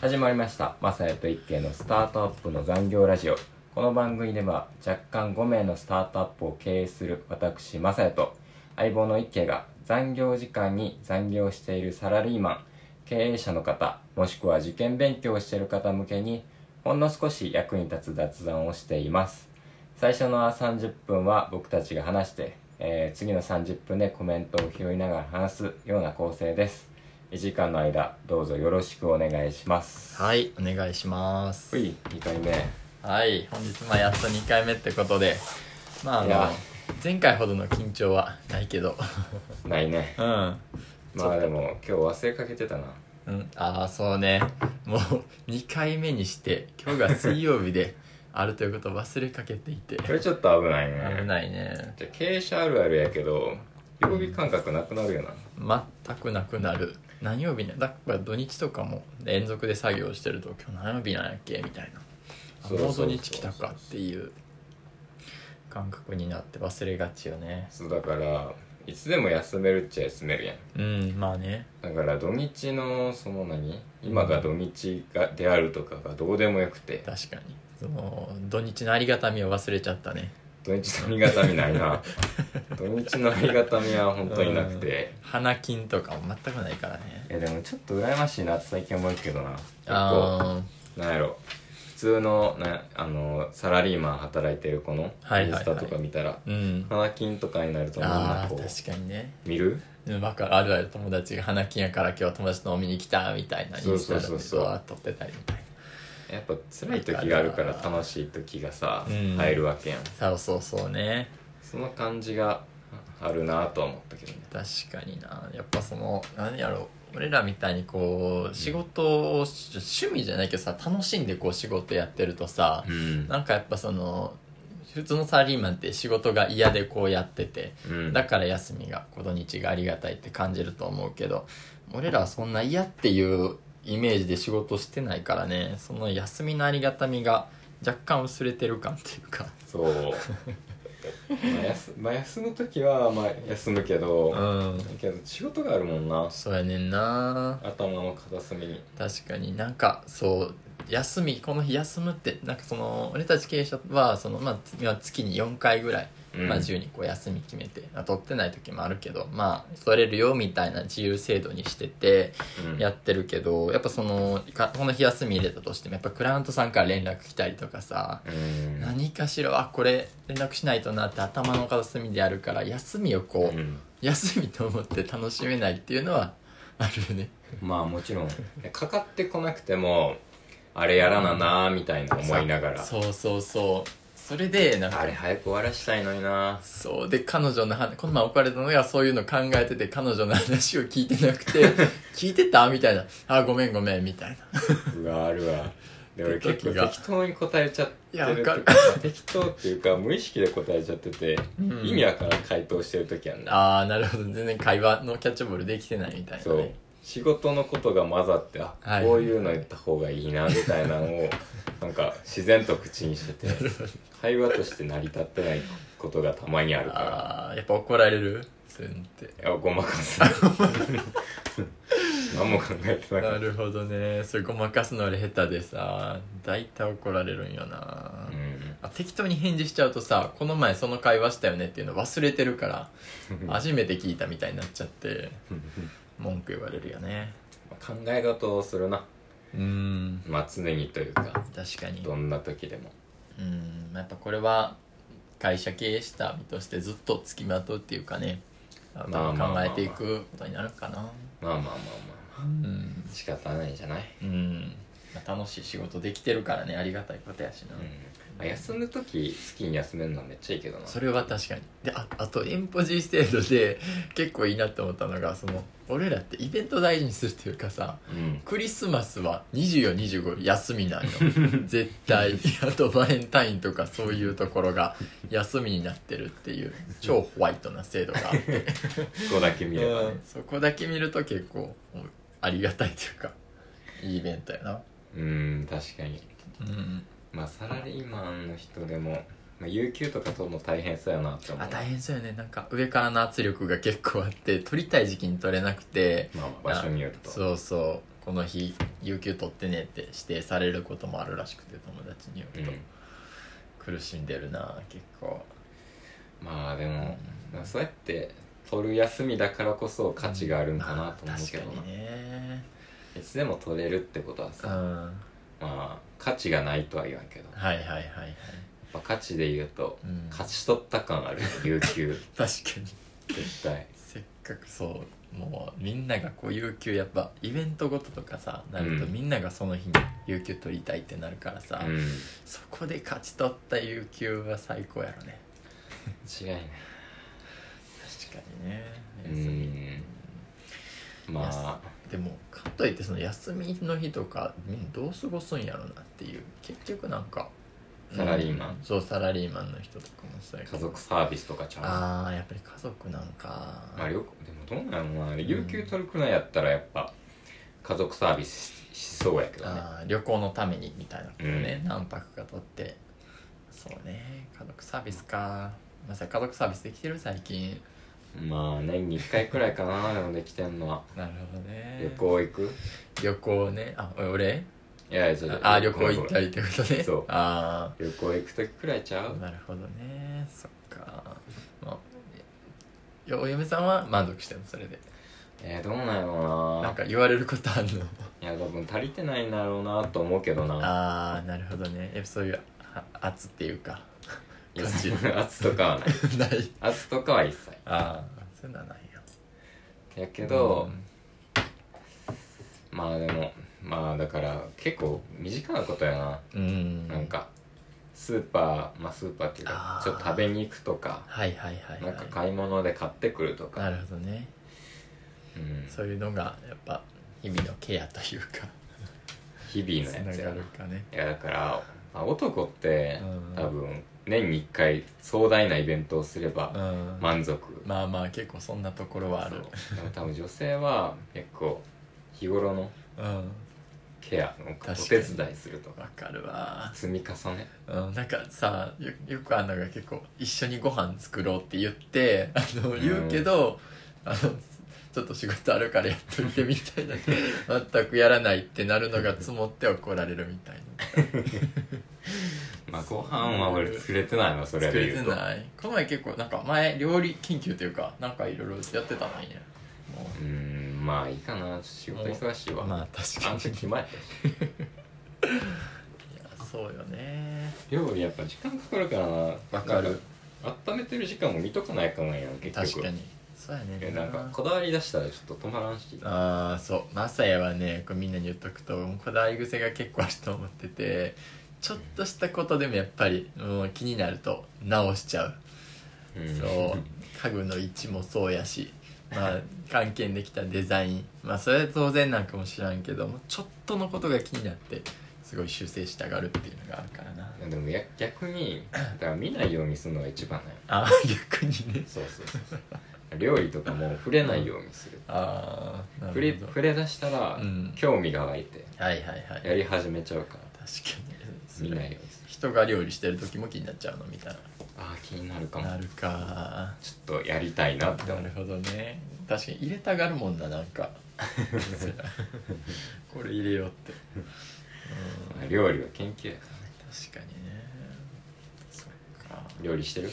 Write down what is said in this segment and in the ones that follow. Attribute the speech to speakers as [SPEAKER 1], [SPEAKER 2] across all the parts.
[SPEAKER 1] 始まりましたマサヤと一慶のスタートアップの残業ラジオこの番組では若干5名のスタートアップを経営する私マサヤと相棒の一慶が残業時間に残業しているサラリーマン経営者の方もしくは受験勉強をしている方向けにほんの少し役に立つ雑談をしています最初の30分は僕たちが話して、えー次の30分でコメントを拾いながら話すような構成です1時間の間どうぞよろしくお願いします
[SPEAKER 2] はい、お願いします。
[SPEAKER 1] ほい2回目
[SPEAKER 2] はい、本日まあやっと2回目ってことで、まああ
[SPEAKER 1] いや
[SPEAKER 2] の、前回ほどの緊張はないけど、
[SPEAKER 1] ないね
[SPEAKER 2] うん。
[SPEAKER 1] まあでも今日忘れかけてたな
[SPEAKER 2] うん、ああ、そうね。もう2回目にして、今日が水曜日であるということを忘れかけていて、
[SPEAKER 1] これちょっと危ないね
[SPEAKER 2] 危ないね。
[SPEAKER 1] じゃあ経営者あるあるやけど曜日感覚なくなるよな
[SPEAKER 2] 全くなくなる。何曜日ね、だから土日とかも連続で作業してると、今日何曜日なんやっけみたいな。あ
[SPEAKER 1] そうそう
[SPEAKER 2] もう
[SPEAKER 1] そ
[SPEAKER 2] 土
[SPEAKER 1] う
[SPEAKER 2] 日来たかっていう感覚になって忘れがちよね。
[SPEAKER 1] そうだからいつでも休めるっちゃ休めるやん
[SPEAKER 2] うん、まあね。
[SPEAKER 1] だから土日のその何今が土日がであるとかがどうでもよくて
[SPEAKER 2] 確かにその土日のありがたみを忘れちゃったね
[SPEAKER 1] 土日のありがたみないな土日のありがたみは本当になくて
[SPEAKER 2] 花金とかも全くないからね
[SPEAKER 1] いやでもちょっと羨ましいなって最近思うけどな結構
[SPEAKER 2] あ
[SPEAKER 1] なんやろ普通のなあのサラリーマン働いてる子の
[SPEAKER 2] はいはい
[SPEAKER 1] イン
[SPEAKER 2] はい
[SPEAKER 1] スタとか見たら
[SPEAKER 2] あうん
[SPEAKER 1] 花金とかになるとみんな
[SPEAKER 2] ああ
[SPEAKER 1] こう
[SPEAKER 2] 確かにね
[SPEAKER 1] 見る
[SPEAKER 2] わかるあるある友達が花金やから今日友達と飲みに来たみたいなイ
[SPEAKER 1] そう
[SPEAKER 2] ンス
[SPEAKER 1] そう
[SPEAKER 2] タで
[SPEAKER 1] そう
[SPEAKER 2] 動
[SPEAKER 1] そう
[SPEAKER 2] 画撮ってたりみたいな
[SPEAKER 1] やっぱ辛い時があるから楽しい時がさ
[SPEAKER 2] うん
[SPEAKER 1] 入るわけやん
[SPEAKER 2] そうそうそうね
[SPEAKER 1] その感じがあるなとは思ったけどね
[SPEAKER 2] 確かになやっぱその何やろう俺らみたいにこう仕事をし趣味じゃないけどさ楽しんでこう仕事やってるとさ、
[SPEAKER 1] うん
[SPEAKER 2] なんかやっぱその普通のサラリーマンって仕事が嫌でこうやってて
[SPEAKER 1] うん
[SPEAKER 2] だから休みがこう土日がありがたいって感じると思うけど俺らはそんな嫌っていうイメージで仕事してないからねその休みのありがたみが若干薄れてる感っていうか
[SPEAKER 1] そうまあ休まあ休む時はまあ休むけど、
[SPEAKER 2] うん
[SPEAKER 1] だけど仕事があるもんな
[SPEAKER 2] そうやねんな
[SPEAKER 1] 頭の片隅に
[SPEAKER 2] 確かになんかそう休みこの日休むってなんかその俺たち経営者はその、まあ、つまあ月に4回ぐらい、
[SPEAKER 1] うん
[SPEAKER 2] まあ、自由にこう休み決めて、まあ、取ってない時もあるけどまあ取れるよみたいな自由制度にしてて
[SPEAKER 1] うん
[SPEAKER 2] やってるけどやっぱそのかこの日休み入れたとしてもやっぱクライアントさんから連絡来たりとかさ
[SPEAKER 1] うん
[SPEAKER 2] 何かしらあこれ連絡しないとなって頭の片隅であるから休みをこう、
[SPEAKER 1] うん
[SPEAKER 2] 休みと思って楽しめないっていうのはあるよね。
[SPEAKER 1] まあもちろんかかってこなくてもあれやらななーみたいな思いながら
[SPEAKER 2] そうそうそうそれでなんか
[SPEAKER 1] あれ早く終わらしたいのにな
[SPEAKER 2] そうで彼女の話この前置かれたのがそういうの考えてて彼女の話を聞いてなくて 聞いてたみたいなあごめんごめんみたいな
[SPEAKER 1] うわあるわで俺結構
[SPEAKER 2] 時が
[SPEAKER 1] 適当に答えちゃって
[SPEAKER 2] いやわ
[SPEAKER 1] る
[SPEAKER 2] かる
[SPEAKER 1] 時適当っていうか無意識で答えちゃってて、
[SPEAKER 2] うん
[SPEAKER 1] 意味わからん回答してる時やんな
[SPEAKER 2] ああなるほど全然会話のキャッチボールできてないみたいな、ね、
[SPEAKER 1] そう仕事のことが混ざってあ、
[SPEAKER 2] はい
[SPEAKER 1] こういうの言った方がいいなみたいなの をなんか自然と口にしてて会話として成り立ってないことがたまにあるか
[SPEAKER 2] ああやっぱ怒られるそういうのって
[SPEAKER 1] らいやごまか す何も考えてなか
[SPEAKER 2] な
[SPEAKER 1] った
[SPEAKER 2] るほどねそれごまかすの俺下手でさ大体怒られるんよな、
[SPEAKER 1] うん
[SPEAKER 2] あ適当に返事しちゃうとさこの前その会話したよねっていうの忘れてるから 初めて聞いたみたいになっちゃって文句言われるよね
[SPEAKER 1] 考え事をするな
[SPEAKER 2] うん
[SPEAKER 1] まあ常にというか
[SPEAKER 2] 確かに
[SPEAKER 1] どんな時でも
[SPEAKER 2] うんやっぱこれは会社経営した身としてずっとつきまとうっていうかね多
[SPEAKER 1] まあまあ
[SPEAKER 2] 分
[SPEAKER 1] まあま
[SPEAKER 2] 考
[SPEAKER 1] あ
[SPEAKER 2] えていくことになるかな
[SPEAKER 1] まあまあまあまあまあ
[SPEAKER 2] うん、
[SPEAKER 1] 仕方ないじゃない、
[SPEAKER 2] うんまあ、楽しい仕事できてるからねありがたいことやしな、
[SPEAKER 1] うん、あ休む時好きに休めるのはめっちゃいいけどな
[SPEAKER 2] それは確かにでああとエンポジ制度で結構いいなって思ったのがその俺らってイベント大事にするっていうかさ
[SPEAKER 1] うん
[SPEAKER 2] クリスマスは2425休みなんよ絶対あとバレンタインとかそういうところが休みになってるっていう超ホワイトな制度があって
[SPEAKER 1] ここだけ見ればね、
[SPEAKER 2] うんそこだけ見ると結構うんありがたいというかいいイベントやな
[SPEAKER 1] うん確かに
[SPEAKER 2] うん
[SPEAKER 1] まあサラリーマンの人でも、まあ、有給とか取るの大変そうやなって思う
[SPEAKER 2] あ大変そうよねなんか上からの圧力が結構あって取りたい時期に取れなくて
[SPEAKER 1] まあまあ場所によると
[SPEAKER 2] そうそうこの日有給取ってねって指定されることもあるらしくて友達によ
[SPEAKER 1] う
[SPEAKER 2] ると、
[SPEAKER 1] ん
[SPEAKER 2] 苦しんでるな結構
[SPEAKER 1] まあでも、まあそうやって取る休みだからこそ価値があるんかなと思うけど
[SPEAKER 2] まあ
[SPEAKER 1] な、
[SPEAKER 2] 確かにね
[SPEAKER 1] いつでも取れるってことは
[SPEAKER 2] う
[SPEAKER 1] さ、
[SPEAKER 2] ん
[SPEAKER 1] まあ価値がないとは言わんけどやっ
[SPEAKER 2] はいはいはいはい、
[SPEAKER 1] ぱ価値で言うと、
[SPEAKER 2] うん、
[SPEAKER 1] 勝ち取った感あ る有給
[SPEAKER 2] 確かに
[SPEAKER 1] 絶対
[SPEAKER 2] せっかくそうもうみんながこう有給やっぱイベントごととかさなると
[SPEAKER 1] うん
[SPEAKER 2] みんながその日に有給取りたいってなるからさ、
[SPEAKER 1] うん
[SPEAKER 2] そこで勝ち取った有給は最高やろね
[SPEAKER 1] 違いない
[SPEAKER 2] 確かにね
[SPEAKER 1] う
[SPEAKER 2] 休み
[SPEAKER 1] んまあ
[SPEAKER 2] でもかといってその休みの日とかみんなどう過ごすんやろなっていう結局なんか
[SPEAKER 1] サラリーマン
[SPEAKER 2] うんそうサラリーマンの人とかもそうやけ
[SPEAKER 1] 家
[SPEAKER 2] ど
[SPEAKER 1] 族サービスとかちゃう
[SPEAKER 2] ああやっぱり家族なんか
[SPEAKER 1] まあ、よくでもどうなんやろな有給取るくらいやったらやっぱ家族サービスししそうやけどね
[SPEAKER 2] あー旅行のためにみたいなことね、何泊か取ってそうね家族サービスかまさ家族サービスできてる最近
[SPEAKER 1] まあ年に1回くらいかなでもできてんのは
[SPEAKER 2] なるほどね
[SPEAKER 1] 旅行行く
[SPEAKER 2] 旅行ねあ俺
[SPEAKER 1] いやいやちょっと
[SPEAKER 2] ああ旅行行った
[SPEAKER 1] り
[SPEAKER 2] りってことね
[SPEAKER 1] そう
[SPEAKER 2] あ
[SPEAKER 1] 旅行行く時くらいちゃ
[SPEAKER 2] あ
[SPEAKER 1] う
[SPEAKER 2] なるほどねそっかまあよお嫁さんは満足してるのそれで
[SPEAKER 1] えー、どうなんやろう
[SPEAKER 2] なん
[SPEAKER 1] な
[SPEAKER 2] か言われることあるの
[SPEAKER 1] いや多分足りてないんだろうなと思うけどな
[SPEAKER 2] ああなるほどねやっぱそういうは圧っていうか
[SPEAKER 1] いや
[SPEAKER 2] 感じ
[SPEAKER 1] そう圧とかはない
[SPEAKER 2] ない
[SPEAKER 1] 圧とかは一切
[SPEAKER 2] ああそういうのはないよ
[SPEAKER 1] やけど、まあでもまあだから結構身近なことやな
[SPEAKER 2] うん
[SPEAKER 1] なんかスーパーまあスーパーっていうか
[SPEAKER 2] あー
[SPEAKER 1] ちょっと食べに行くとか
[SPEAKER 2] はいはいはい、は、
[SPEAKER 1] ないんか買い物で買ってくると
[SPEAKER 2] な
[SPEAKER 1] か、
[SPEAKER 2] るほどね
[SPEAKER 1] うん、
[SPEAKER 2] そういうのがやっぱ日々のケアというか
[SPEAKER 1] 日
[SPEAKER 2] つ
[SPEAKER 1] 々のや
[SPEAKER 2] な
[SPEAKER 1] つや
[SPEAKER 2] が
[SPEAKER 1] な
[SPEAKER 2] る
[SPEAKER 1] い
[SPEAKER 2] かね
[SPEAKER 1] やだから、まあ、男って
[SPEAKER 2] うん
[SPEAKER 1] 多分年に1回壮大なイベントをすれば
[SPEAKER 2] うんま
[SPEAKER 1] 満足、
[SPEAKER 2] あまあ結構そんなところはある
[SPEAKER 1] そうでも多分女性は結構日頃の
[SPEAKER 2] うんわ
[SPEAKER 1] ケアのお
[SPEAKER 2] かに
[SPEAKER 1] 手伝いするとか
[SPEAKER 2] かるわ
[SPEAKER 1] 積み重ね
[SPEAKER 2] うん、なんかさよよくあんのが結構一緒にご飯作ろうって言ってあの
[SPEAKER 1] ん
[SPEAKER 2] 言うけど、あのちょっと仕事あるからやっといてみたいな全くやらないってなるのが積もって怒られるみたいな
[SPEAKER 1] まあご飯は俺作れてないわそれ
[SPEAKER 2] 作
[SPEAKER 1] で
[SPEAKER 2] れ
[SPEAKER 1] 言
[SPEAKER 2] て
[SPEAKER 1] うと
[SPEAKER 2] ないこの前結構なんか前料理研究というかなんかいろいろやってたのにねも
[SPEAKER 1] うーんまあいいかな仕事忙しいうわ、
[SPEAKER 2] まあ確
[SPEAKER 1] あ
[SPEAKER 2] か
[SPEAKER 1] ん
[SPEAKER 2] に
[SPEAKER 1] た暇やったし
[SPEAKER 2] いやそうよね
[SPEAKER 1] 料理やっぱ時間かかるからな
[SPEAKER 2] わか
[SPEAKER 1] なん
[SPEAKER 2] る
[SPEAKER 1] 温めてる時間も見とかないかなんやん結局
[SPEAKER 2] 確かにそうやね
[SPEAKER 1] えなんかこだわり出したらちょっと止まらんし
[SPEAKER 2] ああそうマサヤはねこれみんなに言っとくとこだわり癖が結構あると思っててちょっとしたことでもやっぱり、うん、気になると直しちゃう、
[SPEAKER 1] うん
[SPEAKER 2] そう家具の位置もそうやしまあ関係できたデザインまあそれは当然なんかもしらんけどもちょっとのことが気になってすごい修正したがるっていうのがあるからない
[SPEAKER 1] やでもや逆にだから見ないようにするのが一番だよ
[SPEAKER 2] ああ逆にね
[SPEAKER 1] そうそうそうそう料理とかも触れないようにする
[SPEAKER 2] ああな
[SPEAKER 1] 触れ
[SPEAKER 2] るほど
[SPEAKER 1] 触れ出したら、
[SPEAKER 2] うん
[SPEAKER 1] 興味が湧いて
[SPEAKER 2] はいはいはい
[SPEAKER 1] やり始めちゃうから
[SPEAKER 2] 確かにそれ
[SPEAKER 1] 見ないようにする
[SPEAKER 2] 人が料理してる時も気になっちゃうのみたいな
[SPEAKER 1] ああ気になるかも
[SPEAKER 2] なるか
[SPEAKER 1] ちょっとやりたいなって
[SPEAKER 2] な
[SPEAKER 1] 思
[SPEAKER 2] る
[SPEAKER 1] う
[SPEAKER 2] ほどね確かに入れたがるもんだなん かこれ入れようってうん
[SPEAKER 1] まあ料理は研究やからね
[SPEAKER 2] 確かにねそっか
[SPEAKER 1] 料理してる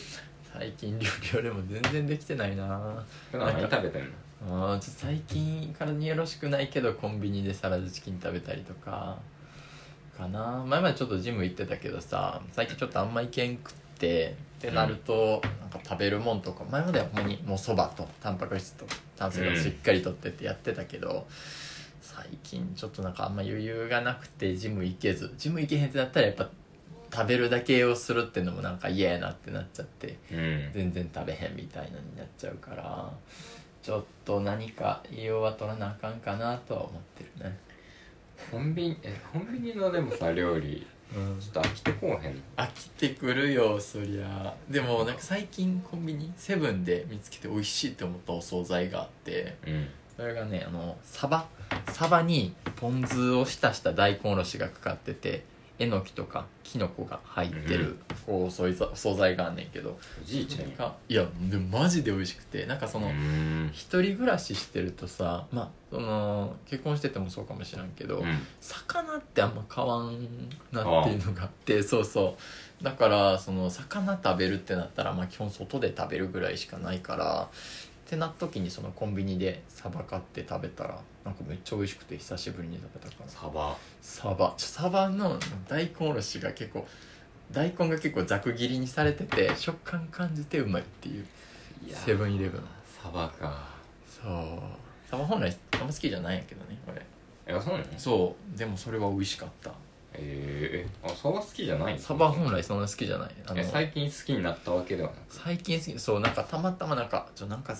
[SPEAKER 2] 最近料理俺も全然できてないな
[SPEAKER 1] 普段何
[SPEAKER 2] なんか
[SPEAKER 1] 食べてんの
[SPEAKER 2] あーちょっと最近からによろしくないけどコンビニでサラダチキン食べたりとかかな前までちょっとジム行ってたけどさ最近ちょっとあんま行けんくってってなると、なんか食べるもんとか前まではほんまにもうそばとタンパク質と炭水化物しっかりとってってやってたけど、最近ちょっとなんかあんま余裕がなくてジム行けずジム行けへんってなったらやっぱ食べるだけをするってのもなんか嫌やなってなっちゃって
[SPEAKER 1] うん
[SPEAKER 2] 全然食べへんみたいなになっちゃうからちょっと何か栄養は取らなあかんかなとは思ってるね、
[SPEAKER 1] コンビニえコンビニのでもさ料理
[SPEAKER 2] うん
[SPEAKER 1] ちょっと飽きてこうへんの
[SPEAKER 2] 飽きてくるよそりゃでもなんか最近コンビニセブンで見つけて美味しいって思ったお惣菜があって
[SPEAKER 1] うん
[SPEAKER 2] それがねあのサバサバにポン酢を浸した大根おろしがかかっててえのきとかきのこが入ってる、こうそういう素材があんねんけど
[SPEAKER 1] おじいち
[SPEAKER 2] そ
[SPEAKER 1] ゃん
[SPEAKER 2] れ
[SPEAKER 1] や
[SPEAKER 2] がいやでもマジで美味しくてなんかその、
[SPEAKER 1] うん
[SPEAKER 2] 一人暮らししてるとさ、まあ、その結婚しててもそうかもしらんけ
[SPEAKER 1] う
[SPEAKER 2] ど、
[SPEAKER 1] ん
[SPEAKER 2] 魚ってあんま買わんなっていうのがあってそうそうだからその魚食べるってなったら、まあ、基本外で食べるぐらいしかないからってなった時にそのコンビニでサバ買って食べたらなんかめっちゃ美味しくて久しぶりに食べたから
[SPEAKER 1] サバ
[SPEAKER 2] サバちょサバの大根おろしが結構大根が結構ざく切りにされてて食感感じてうまいっていう
[SPEAKER 1] いや
[SPEAKER 2] セブンイレブン
[SPEAKER 1] サバか
[SPEAKER 2] そうサバ本来あんま好きじゃないんやけどね俺
[SPEAKER 1] えそうなの
[SPEAKER 2] そうでもそれは美味しかった
[SPEAKER 1] えー、えあサバ好きじゃないの
[SPEAKER 2] サバ本来そんな好きじゃないあ
[SPEAKER 1] え
[SPEAKER 2] の
[SPEAKER 1] 最近好きになったわけではなく
[SPEAKER 2] 最近好きそうなんかたまたまなんかちょなんか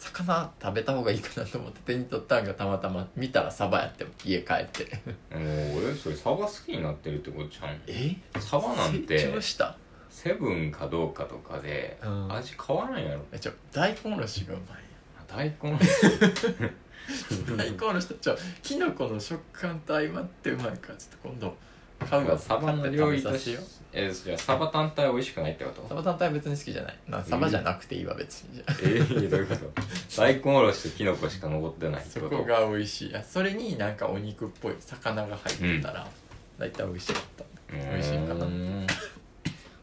[SPEAKER 2] 魚食べた方がいいかなと思って手に取ったんがたまたま見たらサバやって家帰って
[SPEAKER 1] おーえそれサバ好きになってるってことじゃん
[SPEAKER 2] え
[SPEAKER 1] サバなん
[SPEAKER 2] 成
[SPEAKER 1] て
[SPEAKER 2] 長した
[SPEAKER 1] セブンかどうかとかで
[SPEAKER 2] うん
[SPEAKER 1] 味変わらんやろ
[SPEAKER 2] えちょ大根おろしがうまい
[SPEAKER 1] 大根
[SPEAKER 2] やん大根おろしとちょきのこの食感と相まってうまいからちょっと今度買うわ
[SPEAKER 1] サバの料理
[SPEAKER 2] 買
[SPEAKER 1] と
[SPEAKER 2] って食べさせ
[SPEAKER 1] し
[SPEAKER 2] よう
[SPEAKER 1] えじゃあサバ単体美味しくないってこと
[SPEAKER 2] サバ単体は別に好きじゃないなサバじゃなくていいわ別にじゃあ
[SPEAKER 1] えー、どういう こと大根おろしとキノコしか残ってないって
[SPEAKER 2] そ
[SPEAKER 1] こと
[SPEAKER 2] こが美味しいあそれになんかお肉っぽい魚が入ってたら、大体美味しかった
[SPEAKER 1] 美
[SPEAKER 2] 美味しいかな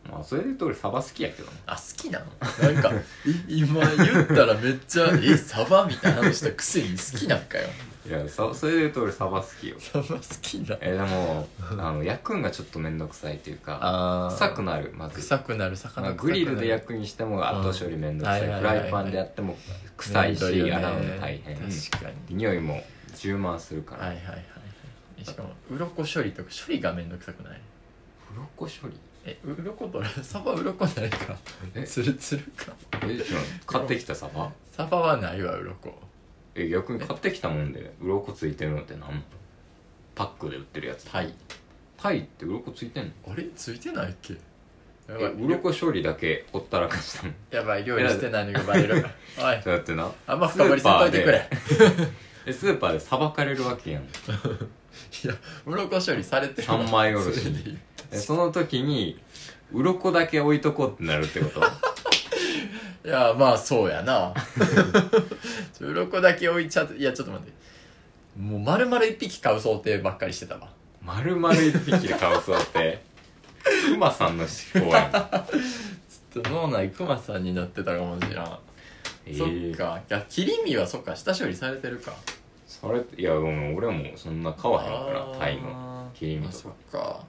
[SPEAKER 1] まあそれで言うと俺サバ好きやけどな
[SPEAKER 2] あ好きなの なんかい今言ったらめっちゃ「えサバ?」みたいな話したくせに好きなんかよ
[SPEAKER 1] いやさそれで言うと俺サバ好きよ
[SPEAKER 2] サバ好きな
[SPEAKER 1] えでもあの焼くんがちょっと面倒くさいというか
[SPEAKER 2] あ
[SPEAKER 1] 臭くなるまず
[SPEAKER 2] 臭くなる魚
[SPEAKER 1] まあ
[SPEAKER 2] 臭く
[SPEAKER 1] グ
[SPEAKER 2] なる
[SPEAKER 1] リルで焼くにしても後処理面倒くさい
[SPEAKER 2] うんはい
[SPEAKER 1] フ
[SPEAKER 2] はいはいはい
[SPEAKER 1] ライパンでやっても臭いし
[SPEAKER 2] めんどよね
[SPEAKER 1] 洗うの大変
[SPEAKER 2] 確かに
[SPEAKER 1] 匂いも充満するか
[SPEAKER 2] はい
[SPEAKER 1] ら
[SPEAKER 2] はいはいはいえしかも鱗処理とか処理がめんどくさくない
[SPEAKER 1] 鱗処理
[SPEAKER 2] え鱗とサバ鱗ないか
[SPEAKER 1] え
[SPEAKER 2] ツルツルか
[SPEAKER 1] えちょ買ってきたサバ
[SPEAKER 2] サバはないわ鱗
[SPEAKER 1] え逆に買ってきたもんで鱗ついてるのって何なのパックで売ってるやつ
[SPEAKER 2] タイ
[SPEAKER 1] タイって鱗ついてんの
[SPEAKER 2] あれついてないっけや
[SPEAKER 1] え鱗処理だけほったらか したもん
[SPEAKER 2] やばい料理してないのがバレる おい
[SPEAKER 1] そうやってな
[SPEAKER 2] あんま深掘りせんといてくれ
[SPEAKER 1] えスーパーでさばかれるわけやん
[SPEAKER 2] いや鱗処理されてるわ
[SPEAKER 1] 三枚おろし
[SPEAKER 2] それでいい
[SPEAKER 1] えその時に鱗だけ置いとこうってなるってこと
[SPEAKER 2] いやまあそうやな ちょ鱗だけ置いちゃっていやちょっと待ってもう丸々一匹買う想定ばっかりしてたわ
[SPEAKER 1] 丸々一匹で買うそうってクマさんの思考 や
[SPEAKER 2] ちょっと脳内クマさんになってたかもしれん、
[SPEAKER 1] んえ
[SPEAKER 2] そ
[SPEAKER 1] ー
[SPEAKER 2] っかいや切り身はそっか下処理されてるか
[SPEAKER 1] それいやうん俺もそんな買わへんからタイの
[SPEAKER 2] の
[SPEAKER 1] 切り身とか
[SPEAKER 2] そっか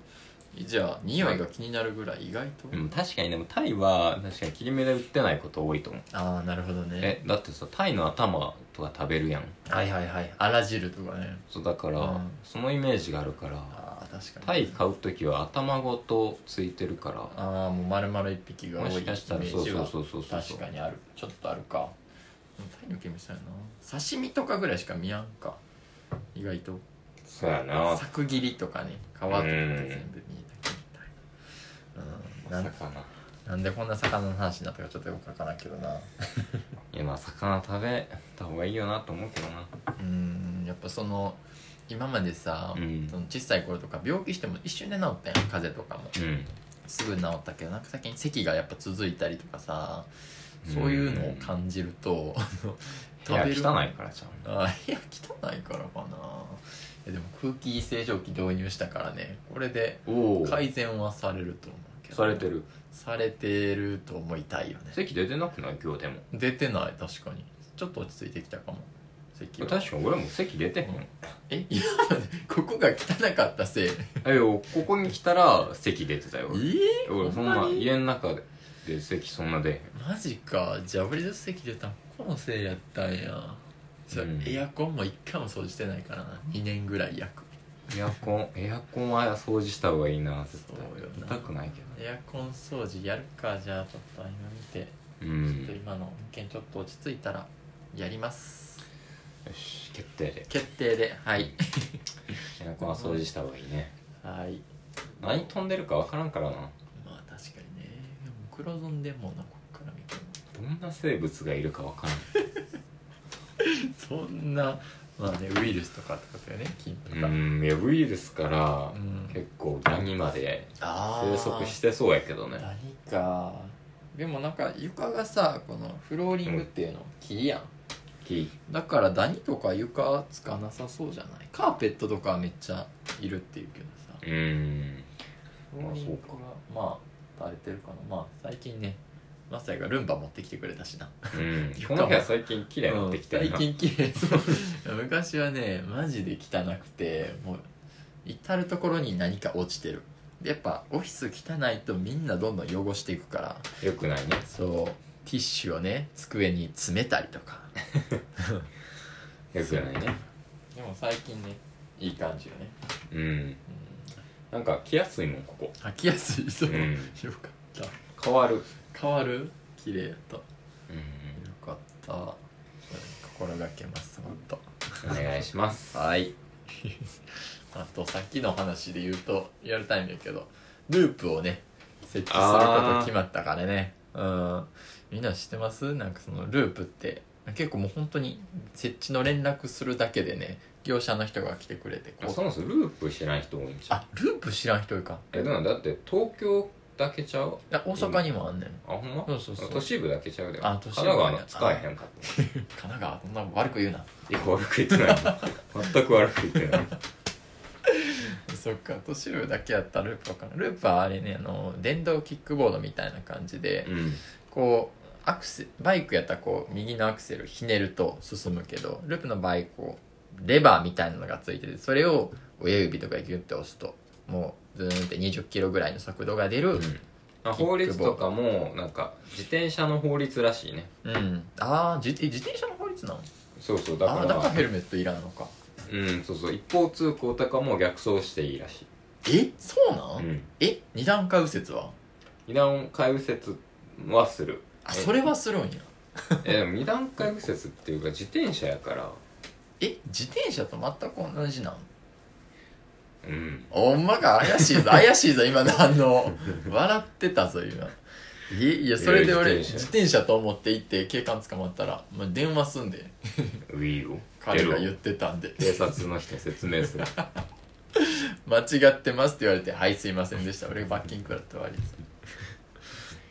[SPEAKER 2] じゃあ匂いが気になるぐらい意外と、
[SPEAKER 1] でも確かにでもタイは確かに切り目で売ってないこと多いと思う
[SPEAKER 2] ああなるほどね
[SPEAKER 1] えだってさタイの頭とか食べるやん
[SPEAKER 2] はいはいはいあら汁とかね
[SPEAKER 1] そうだから、
[SPEAKER 2] うん
[SPEAKER 1] そのイメージがあるから
[SPEAKER 2] ああ確かに
[SPEAKER 1] タイ買う時は頭ごとついてるから
[SPEAKER 2] ああもう丸々一匹が多
[SPEAKER 1] も
[SPEAKER 2] いイ
[SPEAKER 1] し
[SPEAKER 2] メ
[SPEAKER 1] かしたらそ
[SPEAKER 2] ー
[SPEAKER 1] う
[SPEAKER 2] ジ
[SPEAKER 1] そう
[SPEAKER 2] は
[SPEAKER 1] そうそうそう
[SPEAKER 2] 確かにあるちょっとあるかタイの煙そうやな刺身とかぐらいしか見やんか意外と
[SPEAKER 1] そうやな
[SPEAKER 2] 柵切りとかね皮とかって全部見えたけどみたいな
[SPEAKER 1] ま
[SPEAKER 2] うんな
[SPEAKER 1] さ
[SPEAKER 2] ん
[SPEAKER 1] かな
[SPEAKER 2] なんでこんな魚の話になったかちょっとよくわからんけどない
[SPEAKER 1] やまあ魚食べた方がいいよなと思うけどな
[SPEAKER 2] うんやっぱその今までさ、
[SPEAKER 1] うん
[SPEAKER 2] その小さい頃とか病気しても一瞬で治ったやん風邪とかも
[SPEAKER 1] うん
[SPEAKER 2] すぐ治ったけどなんか先に咳がやっぱ続いたりとかさそういうのを感じると、
[SPEAKER 1] 部屋汚い
[SPEAKER 2] ら
[SPEAKER 1] からじゃん
[SPEAKER 2] あいや汚いからかないやでも空気清浄機導入したからねこれで
[SPEAKER 1] おお
[SPEAKER 2] 改善はされると思うけど
[SPEAKER 1] されてる
[SPEAKER 2] されてると思いたいよね
[SPEAKER 1] 席出てなくない今日でも
[SPEAKER 2] 出てない確かにちょっと落ち着いてきたかも席は
[SPEAKER 1] 確かに俺も席出てへん
[SPEAKER 2] えいやここが汚かったせい
[SPEAKER 1] えよここに来たら席出てたよ俺
[SPEAKER 2] え
[SPEAKER 1] 俺そんな家の中でで席そんな出へん
[SPEAKER 2] マジかジャブリド席出たんこのせいやったんや、そう
[SPEAKER 1] うん
[SPEAKER 2] エアコンも一回も掃除してないからな2年ぐらい約
[SPEAKER 1] エアコンエアコンは掃除した方がいいな絶対
[SPEAKER 2] そうよな
[SPEAKER 1] 痛くないけ
[SPEAKER 2] エアコン掃除やるかじゃあちょっと今見て
[SPEAKER 1] どう
[SPEAKER 2] ちょっと
[SPEAKER 1] ん
[SPEAKER 2] 今の一見ちょっと落ち着いたらやります
[SPEAKER 1] よし決定で
[SPEAKER 2] 決定ではい
[SPEAKER 1] エアコンは掃除した方がいいね
[SPEAKER 2] はい
[SPEAKER 1] 何飛んでるか分からんからな
[SPEAKER 2] まあ確かにねでも黒ずんでんもんなこっから見ても
[SPEAKER 1] どんな生物がいるか分 からん
[SPEAKER 2] そんなまあねウイルスとかってことかよね菌と
[SPEAKER 1] う
[SPEAKER 2] か
[SPEAKER 1] んいやウイルスから
[SPEAKER 2] うん
[SPEAKER 1] 結構ギリまで
[SPEAKER 2] あ
[SPEAKER 1] 生息してそうやけどね
[SPEAKER 2] 何かでもなんか床がさこのフローリングっていうの木やん
[SPEAKER 1] 木
[SPEAKER 2] だからダニとか床つかなさそうじゃないカーペットとかはめっちゃいるっていうけどさ
[SPEAKER 1] うーんまあそうか
[SPEAKER 2] まあ垂れてるかなまあ最近ねマサイがルンバ持ってきてくれたしな
[SPEAKER 1] うんこの部屋最近綺麗になってきてるな
[SPEAKER 2] うん最近綺麗そう 昔はねマジで汚くてもう至る所に何か落ちてるでやっぱオフィス汚いとみんなどんどん汚していくから
[SPEAKER 1] よくないね
[SPEAKER 2] そうティッシュをね机に詰めたりとか
[SPEAKER 1] よくないね
[SPEAKER 2] でも最近ねいい感じよね、
[SPEAKER 1] うん
[SPEAKER 2] うん、
[SPEAKER 1] なんか来やすいもんここ
[SPEAKER 2] 履きやすいそう、
[SPEAKER 1] うん
[SPEAKER 2] よかった
[SPEAKER 1] 変わる
[SPEAKER 2] 変わる綺麗やったよ
[SPEAKER 1] うん
[SPEAKER 2] かった心がけます本当。
[SPEAKER 1] お願いし ます
[SPEAKER 2] はいあとさっきの話で言うとリアルタイムやけどループをね設置すること決まったからねうんみんな知ってますなんかそのループって結構もう本当に設置の連絡するだけでね業者の人が来てくれて
[SPEAKER 1] あ
[SPEAKER 2] こ
[SPEAKER 1] そうもそもループ知らん人多いんじゃん
[SPEAKER 2] あループ知らん人いるか
[SPEAKER 1] えどうなんだって東京だけちゃう
[SPEAKER 2] いや大阪にもあんねん
[SPEAKER 1] あほんま
[SPEAKER 2] そうそうそう
[SPEAKER 1] 都市部だけちゃうで神
[SPEAKER 2] あ都市部
[SPEAKER 1] 奈川の使えへんかっ
[SPEAKER 2] 神奈川そんな悪く言うな
[SPEAKER 1] たいや悪く言ってない全く悪く言 ってない
[SPEAKER 2] そっか都市部だけやったらループわかんないループはあれねあの電動キックボードみたいな感じで、
[SPEAKER 1] うん
[SPEAKER 2] こうアクセバイクやったらこう右のアクセルひねると進むけどループの場合こうレバーみたいなのがついててそれを親指とかギュッて押すともうズーンって20キロぐらいの速度が出る
[SPEAKER 1] あ法律とかもなんか自転車の法律らしいね
[SPEAKER 2] うん、ああ自え自転車の法律なの
[SPEAKER 1] そうそうだ
[SPEAKER 2] ああ
[SPEAKER 1] か
[SPEAKER 2] ーだから
[SPEAKER 1] ら
[SPEAKER 2] ヘルメットいらんのか
[SPEAKER 1] うんそうそう一方通行とかも逆走していいらしい
[SPEAKER 2] えそうなん、
[SPEAKER 1] うん
[SPEAKER 2] え二段階右折は
[SPEAKER 1] 二段階右折はする
[SPEAKER 2] あ
[SPEAKER 1] え
[SPEAKER 2] それはするんや
[SPEAKER 1] えでも二段階右折っていうか自転車やから
[SPEAKER 2] え自転車と全く同じなん
[SPEAKER 1] うん
[SPEAKER 2] おんまか怪しいぞ怪しいぞ今の反応笑ってたぞ今えいやそれで俺
[SPEAKER 1] いや自転
[SPEAKER 2] 自
[SPEAKER 1] 車
[SPEAKER 2] 転車と思って行って警官捕まったら、まあ、電話すんで
[SPEAKER 1] ウィーを
[SPEAKER 2] 彼が言ってたんで
[SPEAKER 1] 警察の人に説明 する
[SPEAKER 2] 間違ってますって言われて「はいすいませんでした俺罰金食らって終わりです」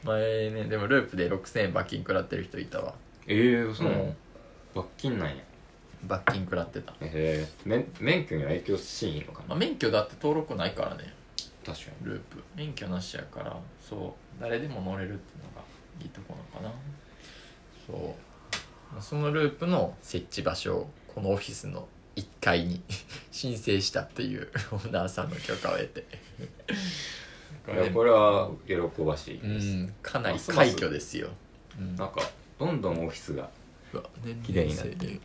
[SPEAKER 2] 前ねでもループで6000円罰金食らってる人いたわ
[SPEAKER 1] ええそうな
[SPEAKER 2] う
[SPEAKER 1] の
[SPEAKER 2] ん
[SPEAKER 1] 罰金なんや
[SPEAKER 2] 罰金食らってた、
[SPEAKER 1] ええ免免許には影響しんのかな
[SPEAKER 2] まあ、免許だって登録ないからね
[SPEAKER 1] 確か
[SPEAKER 2] ループ免許なしやからそう誰でも乗れるっていうのがいいとこなのかなそうそのループの設置場所をこのオフィスの1階に 申請したっていうオーナーさんの許可を得て
[SPEAKER 1] にいやこれは喜ばしいうです、
[SPEAKER 2] んかなり快挙ですようん
[SPEAKER 1] なんかどんどんオフィスが
[SPEAKER 2] うわ年
[SPEAKER 1] 綺麗になっ
[SPEAKER 2] 制
[SPEAKER 1] て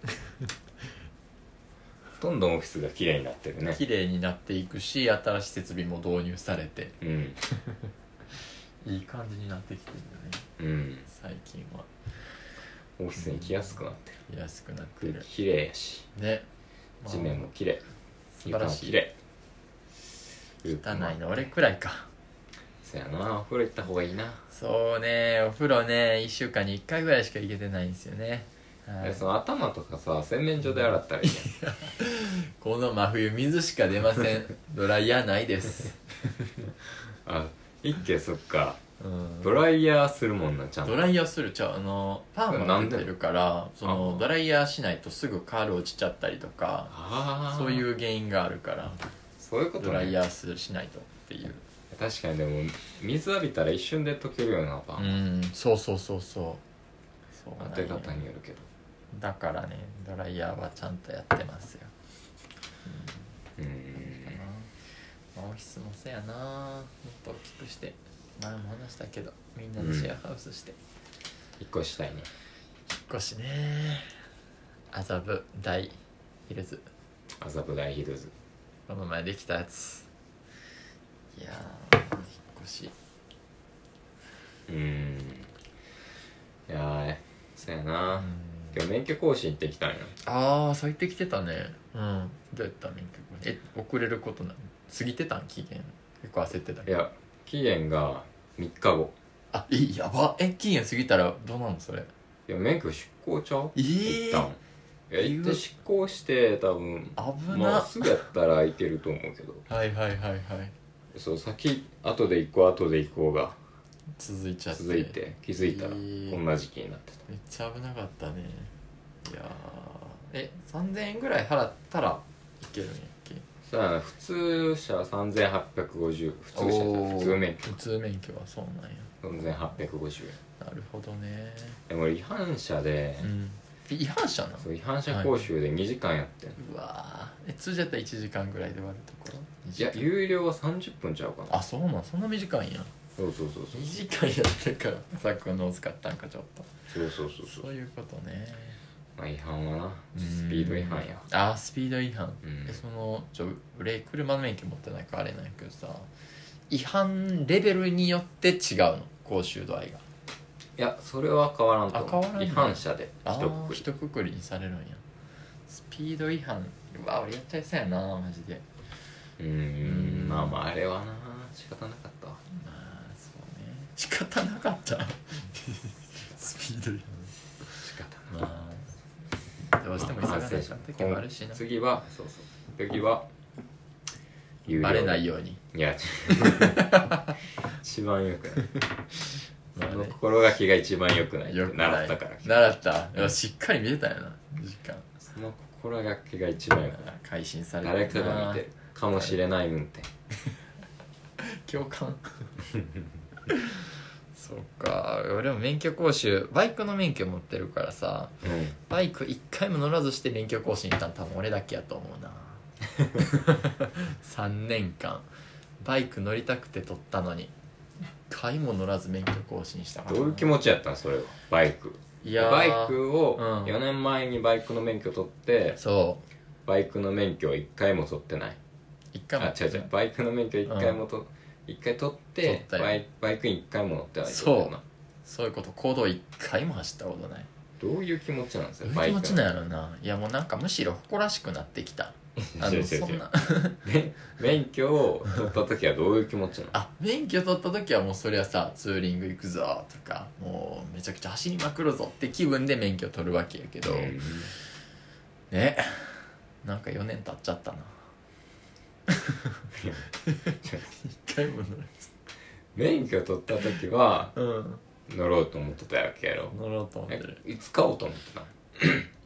[SPEAKER 1] どんどんオフィスが綺麗になってるね
[SPEAKER 2] 綺麗になっていくし新しい設備も導入されて
[SPEAKER 1] うん
[SPEAKER 2] いい感じになってきてるよね
[SPEAKER 1] うん
[SPEAKER 2] 最近は
[SPEAKER 1] オフィスに来やすくなって
[SPEAKER 2] 見やすくなって
[SPEAKER 1] る
[SPEAKER 2] る
[SPEAKER 1] 空気綺麗やし
[SPEAKER 2] ね
[SPEAKER 1] 地面も綺麗
[SPEAKER 2] 素晴らしい
[SPEAKER 1] 床も綺
[SPEAKER 2] 汚
[SPEAKER 1] 麗
[SPEAKER 2] いの俺くらいか
[SPEAKER 1] そやなお風呂行った方がいいな、
[SPEAKER 2] そうねお風呂ね1週間に1回ぐらいしか行けてないんですよね、はい
[SPEAKER 1] えその頭とかさ洗面所で洗ったらいいやん
[SPEAKER 2] この真冬水しか出ません ドライヤーないです、
[SPEAKER 1] あ一軒そっか
[SPEAKER 2] うん
[SPEAKER 1] ドライヤーするもんなちゃんと
[SPEAKER 2] ドライヤーするちゃうあのパーマ
[SPEAKER 1] な
[SPEAKER 2] か
[SPEAKER 1] ん
[SPEAKER 2] け
[SPEAKER 1] で
[SPEAKER 2] てるからその
[SPEAKER 1] あ
[SPEAKER 2] ドライヤーしないとすぐカール落ちちゃったりとか
[SPEAKER 1] ああ
[SPEAKER 2] そういう原因があるから
[SPEAKER 1] そういうこと、ね、
[SPEAKER 2] ドライヤーするしないとっていう
[SPEAKER 1] 確かにでも水浴びたら一瞬で溶けるようなパ
[SPEAKER 2] う
[SPEAKER 1] ン、
[SPEAKER 2] んそうそうそうそうそう
[SPEAKER 1] 当
[SPEAKER 2] なん
[SPEAKER 1] て
[SPEAKER 2] よ
[SPEAKER 1] 方によるけど
[SPEAKER 2] だからねドライヤーはちゃんとやってますよ
[SPEAKER 1] うん
[SPEAKER 2] かな、まあ、オフィスもそやなもっと大きくして前も話したけどみんなでシェアハウスして、
[SPEAKER 1] 一個したいね
[SPEAKER 2] 引っ越しね麻布大ヒルズ
[SPEAKER 1] 麻布台ヒルズ
[SPEAKER 2] この前できたやついやー引っ越し
[SPEAKER 1] うんいやーそうや
[SPEAKER 2] う
[SPEAKER 1] な今日免許更新行ってきたんや
[SPEAKER 2] ああそう言ってきてたねうんどうやった免許え遅れることない過ぎてたん期限結構焦ってた
[SPEAKER 1] いや期限が3日後
[SPEAKER 2] あえやばえ期限過ぎたらどうなのそれ
[SPEAKER 1] いや免許出向ちゃう
[SPEAKER 2] えー
[SPEAKER 1] 一旦いや行って執行して多分
[SPEAKER 2] 危
[SPEAKER 1] ま
[SPEAKER 2] な
[SPEAKER 1] あ、すぐやったらいけると思うけど
[SPEAKER 2] はいはいはいはい
[SPEAKER 1] そう先後で行こう後で行こうが
[SPEAKER 2] 続いちゃって
[SPEAKER 1] 続いて気づいたら
[SPEAKER 2] えー
[SPEAKER 1] こんな時期になってた
[SPEAKER 2] めっちゃ危なかったねいやーえ3000円ぐらい払ったらいけるんやっけ
[SPEAKER 1] さあ普通車3850普通車
[SPEAKER 2] お
[SPEAKER 1] だ
[SPEAKER 2] ー
[SPEAKER 1] 普通免許
[SPEAKER 2] 普通免許はそうなんや
[SPEAKER 1] 3850円
[SPEAKER 2] なるほどね
[SPEAKER 1] でも俺違反者で、
[SPEAKER 2] うん違反者なの
[SPEAKER 1] そう違反者講習で2時間やってん、
[SPEAKER 2] うわーえ通常やったら1時間ぐらいで割るところ二
[SPEAKER 1] い
[SPEAKER 2] 時
[SPEAKER 1] や
[SPEAKER 2] 間
[SPEAKER 1] 有料は30分ちゃうかな
[SPEAKER 2] あそうなんそんな短いんや
[SPEAKER 1] そうそうそうそう
[SPEAKER 2] 2時間やってからさっくんのを使ったんかちょっと
[SPEAKER 1] そうそうそうそう
[SPEAKER 2] そういうことね
[SPEAKER 1] まあ違反はなスピード違反や
[SPEAKER 2] うんあースピード違反
[SPEAKER 1] うん
[SPEAKER 2] えそのちょ俺車の免許持ってないからあれなんやけどさ違反レベルによって違うの講習度合いが
[SPEAKER 1] いやそれは変わらんと思う
[SPEAKER 2] あ変わらんね
[SPEAKER 1] 違反者で
[SPEAKER 2] あ
[SPEAKER 1] 一
[SPEAKER 2] あ
[SPEAKER 1] 括り
[SPEAKER 2] 一括りにされるんやスピード違反うわ俺やっちゃいそうやなマジで
[SPEAKER 1] うーんまあまああれはな仕方なかったわ
[SPEAKER 2] まあそうね仕方なかった スピード違
[SPEAKER 1] 仕方な
[SPEAKER 2] 反まあどうしても急がなかった時もあるしな
[SPEAKER 1] 次はそうそう次は有
[SPEAKER 2] バレないように
[SPEAKER 1] いや一番よくない
[SPEAKER 2] まあ
[SPEAKER 1] その
[SPEAKER 2] ね
[SPEAKER 1] 心がけが一番よくないって
[SPEAKER 2] よくない
[SPEAKER 1] 習ったから
[SPEAKER 2] 習ったいやしっかり見えたよな時間
[SPEAKER 1] その心がけが一番よくない
[SPEAKER 2] 改心され
[SPEAKER 1] 誰
[SPEAKER 2] て
[SPEAKER 1] か
[SPEAKER 2] るな
[SPEAKER 1] が見てるかもしれない運転
[SPEAKER 2] 共感 そっか俺も免許講習バイクの免許持ってるからさ
[SPEAKER 1] うん
[SPEAKER 2] バイク一回も乗らずして免許更新行ったの多分俺だけやと思 うな3年間バイク乗りたくて取ったのに一回も乗らず免許更新したからな
[SPEAKER 1] どういう気持ちやったんそれはバイク
[SPEAKER 2] いやー
[SPEAKER 1] バイクを
[SPEAKER 2] うん
[SPEAKER 1] 4年前にバイクの免許取って
[SPEAKER 2] そう
[SPEAKER 1] バイクの免許を1回も取ってない
[SPEAKER 2] 一回も
[SPEAKER 1] あ違う違うバイクの免許1回もと、一回取って
[SPEAKER 2] 取ったよ
[SPEAKER 1] バイバイクに1回も乗ってないって
[SPEAKER 2] そう
[SPEAKER 1] ことやな
[SPEAKER 2] そういうこと行動一回も走ったことない
[SPEAKER 1] どういう気持ちなんです
[SPEAKER 2] ど
[SPEAKER 1] よ
[SPEAKER 2] ういう
[SPEAKER 1] バ
[SPEAKER 2] 気
[SPEAKER 1] イク
[SPEAKER 2] 持ちなんやろないやもうなんかむしろ誇らしくなってきたあ
[SPEAKER 1] 違う違う
[SPEAKER 2] の
[SPEAKER 1] 違う
[SPEAKER 2] そんな
[SPEAKER 1] め免許を取った時はどういう気持ちなの
[SPEAKER 2] あ免許取った時はもうそりゃさツーリング行くぞとかもうめちゃくちゃ走りまくるぞって気分で免許取るわけやけど、
[SPEAKER 1] うん
[SPEAKER 2] ねなんか4年経っちゃったな 一回も乗ら
[SPEAKER 1] 免許取った時は
[SPEAKER 2] ずうん
[SPEAKER 1] 乗ろうと思ってたわけやろ
[SPEAKER 2] 乗ろうと思って
[SPEAKER 1] え
[SPEAKER 2] る
[SPEAKER 1] いつ買おうと思ってたの